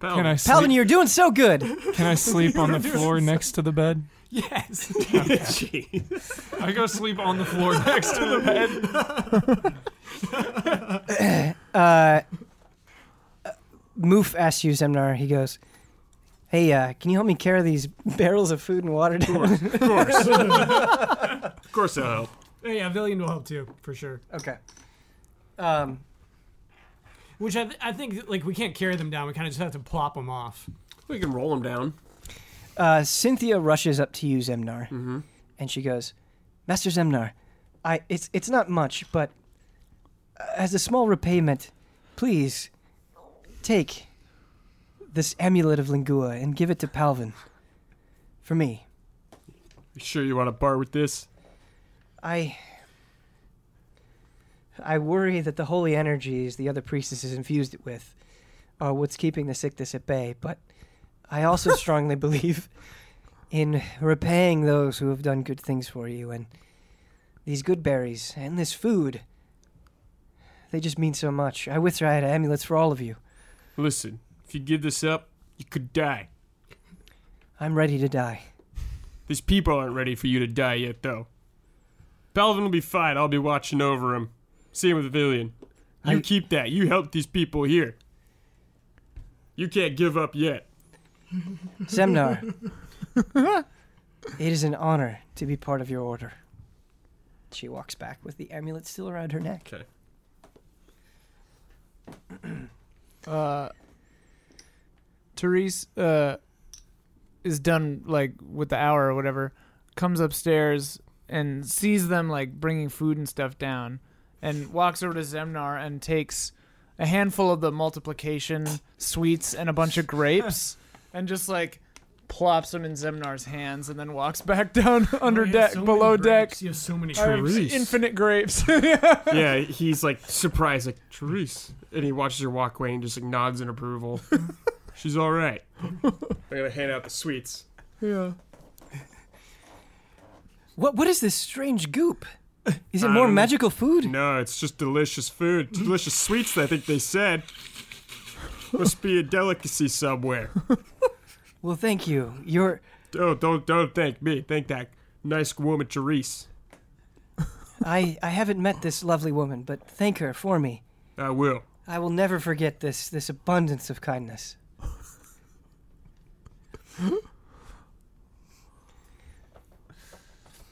[SPEAKER 3] Can
[SPEAKER 1] Paladin,
[SPEAKER 3] I sleep?
[SPEAKER 1] you're doing so good.
[SPEAKER 3] Can I sleep on the floor next to the bed?
[SPEAKER 5] [LAUGHS] Yes.
[SPEAKER 6] Gee.
[SPEAKER 3] I go sleep on the floor [LAUGHS] next to the bed.
[SPEAKER 1] Uh, Moof asks you, Zemnar. He goes, "Hey, uh, can you help me [LAUGHS]
[SPEAKER 3] [LAUGHS]
[SPEAKER 1] carry these barrels of food and water down?"
[SPEAKER 6] Of course. of course that'll help.
[SPEAKER 4] yeah, Villian will help too, for sure.
[SPEAKER 1] Okay. Um,
[SPEAKER 4] Which I, th- I think, like, we can't carry them down. We kind of just have to plop them off.
[SPEAKER 10] We can roll him down.
[SPEAKER 1] uh, Cynthia rushes up to you, Zemnar, and she goes, "Master Zemnar, I it's it's not much, but uh, as a small repayment, please take this amulet of Lingua and give it to Palvin for me.
[SPEAKER 6] You sure you want to bar with this?
[SPEAKER 1] I." I worry that the holy energies the other priestesses infused it with are what's keeping the sickness at bay, but I also strongly believe in repaying those who have done good things for you, and these good berries and this food, they just mean so much. I wish I had amulets for all of you.
[SPEAKER 6] Listen, if you give this up, you could die.
[SPEAKER 1] I'm ready to die.
[SPEAKER 6] These people aren't ready for you to die yet, though. Balvin will be fine. I'll be watching over him. Same with Villian. You keep that. You help these people here. You can't give up yet.
[SPEAKER 1] Zemnar, it is an honor to be part of your order. She walks back with the amulet still around her neck.
[SPEAKER 6] Okay.
[SPEAKER 2] uh Therese uh is done like with the hour or whatever comes upstairs and sees them like bringing food and stuff down and walks over to Zemnar and takes a handful of the multiplication sweets and a bunch of
[SPEAKER 4] [LAUGHS]
[SPEAKER 2] grapes and just like plops them in Zemnar's hands and then walks back down [LAUGHS] under
[SPEAKER 4] You have
[SPEAKER 2] deck
[SPEAKER 4] Oh, so many
[SPEAKER 2] below deck
[SPEAKER 4] grapes. You have so many
[SPEAKER 2] I have
[SPEAKER 4] grapes.
[SPEAKER 2] infinite grapes [LAUGHS] yeah.
[SPEAKER 6] Yeah, he's like surprised, like, Therese. And he watches her walk away and just like nods in approval. She's all right. I'm going to hand out the sweets.
[SPEAKER 1] What, what is this strange goop? Is it more magical food?
[SPEAKER 6] Um, No, it's just delicious food. Delicious sweets, I think they said. Must be a delicacy somewhere.
[SPEAKER 1] Well, thank you. You're.
[SPEAKER 6] Oh, don't don't thank me. Thank that nice woman, Therese.
[SPEAKER 1] I, I haven't met this lovely woman, but thank her for me.
[SPEAKER 6] I will.
[SPEAKER 1] I will never forget this this abundance of kindness.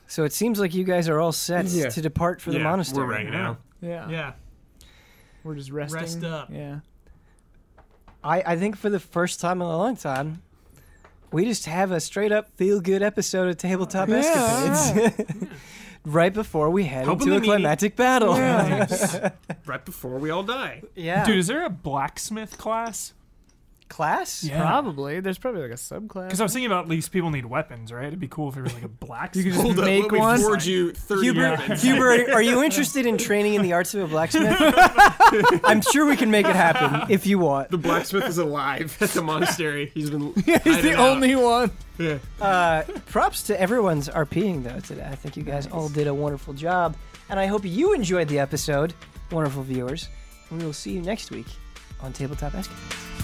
[SPEAKER 1] so it seems like you guys are all set
[SPEAKER 6] Yeah.
[SPEAKER 1] to depart for the
[SPEAKER 6] Yeah,
[SPEAKER 1] monastery.
[SPEAKER 6] We're ready now.
[SPEAKER 2] yeah
[SPEAKER 4] Yeah.
[SPEAKER 2] we're just resting
[SPEAKER 4] Rest up.
[SPEAKER 2] yeah
[SPEAKER 1] I, I think for the first time in a long time, we just have a straight up feel good episode of Tabletop Escapades. [LAUGHS] right before we head
[SPEAKER 6] Hoping
[SPEAKER 1] into a
[SPEAKER 6] they need it.
[SPEAKER 1] climactic battle.
[SPEAKER 6] Right before we all die.
[SPEAKER 1] [LAUGHS] Yeah.
[SPEAKER 3] Dude, is there a blacksmith class?
[SPEAKER 1] Class?
[SPEAKER 2] Probably. There's probably like a subclass.
[SPEAKER 3] Because I was thinking about at least people need weapons, right? It'd be cool if there was like a [LAUGHS] blacksmith.
[SPEAKER 2] You could just make one.
[SPEAKER 10] Forge you 30
[SPEAKER 1] Huber,
[SPEAKER 10] weapons.
[SPEAKER 1] Huber, are you interested in training in the arts of a blacksmith? I'm sure we can make it happen if you want.
[SPEAKER 10] The blacksmith is alive at the monastery. He's been.
[SPEAKER 2] [LAUGHS] He's the only one.
[SPEAKER 1] Uh, props to everyone's RPing though today. I think you guys all did a wonderful job, and I hope you enjoyed the episode, wonderful viewers. And we will see you next week on Tabletop Escapades.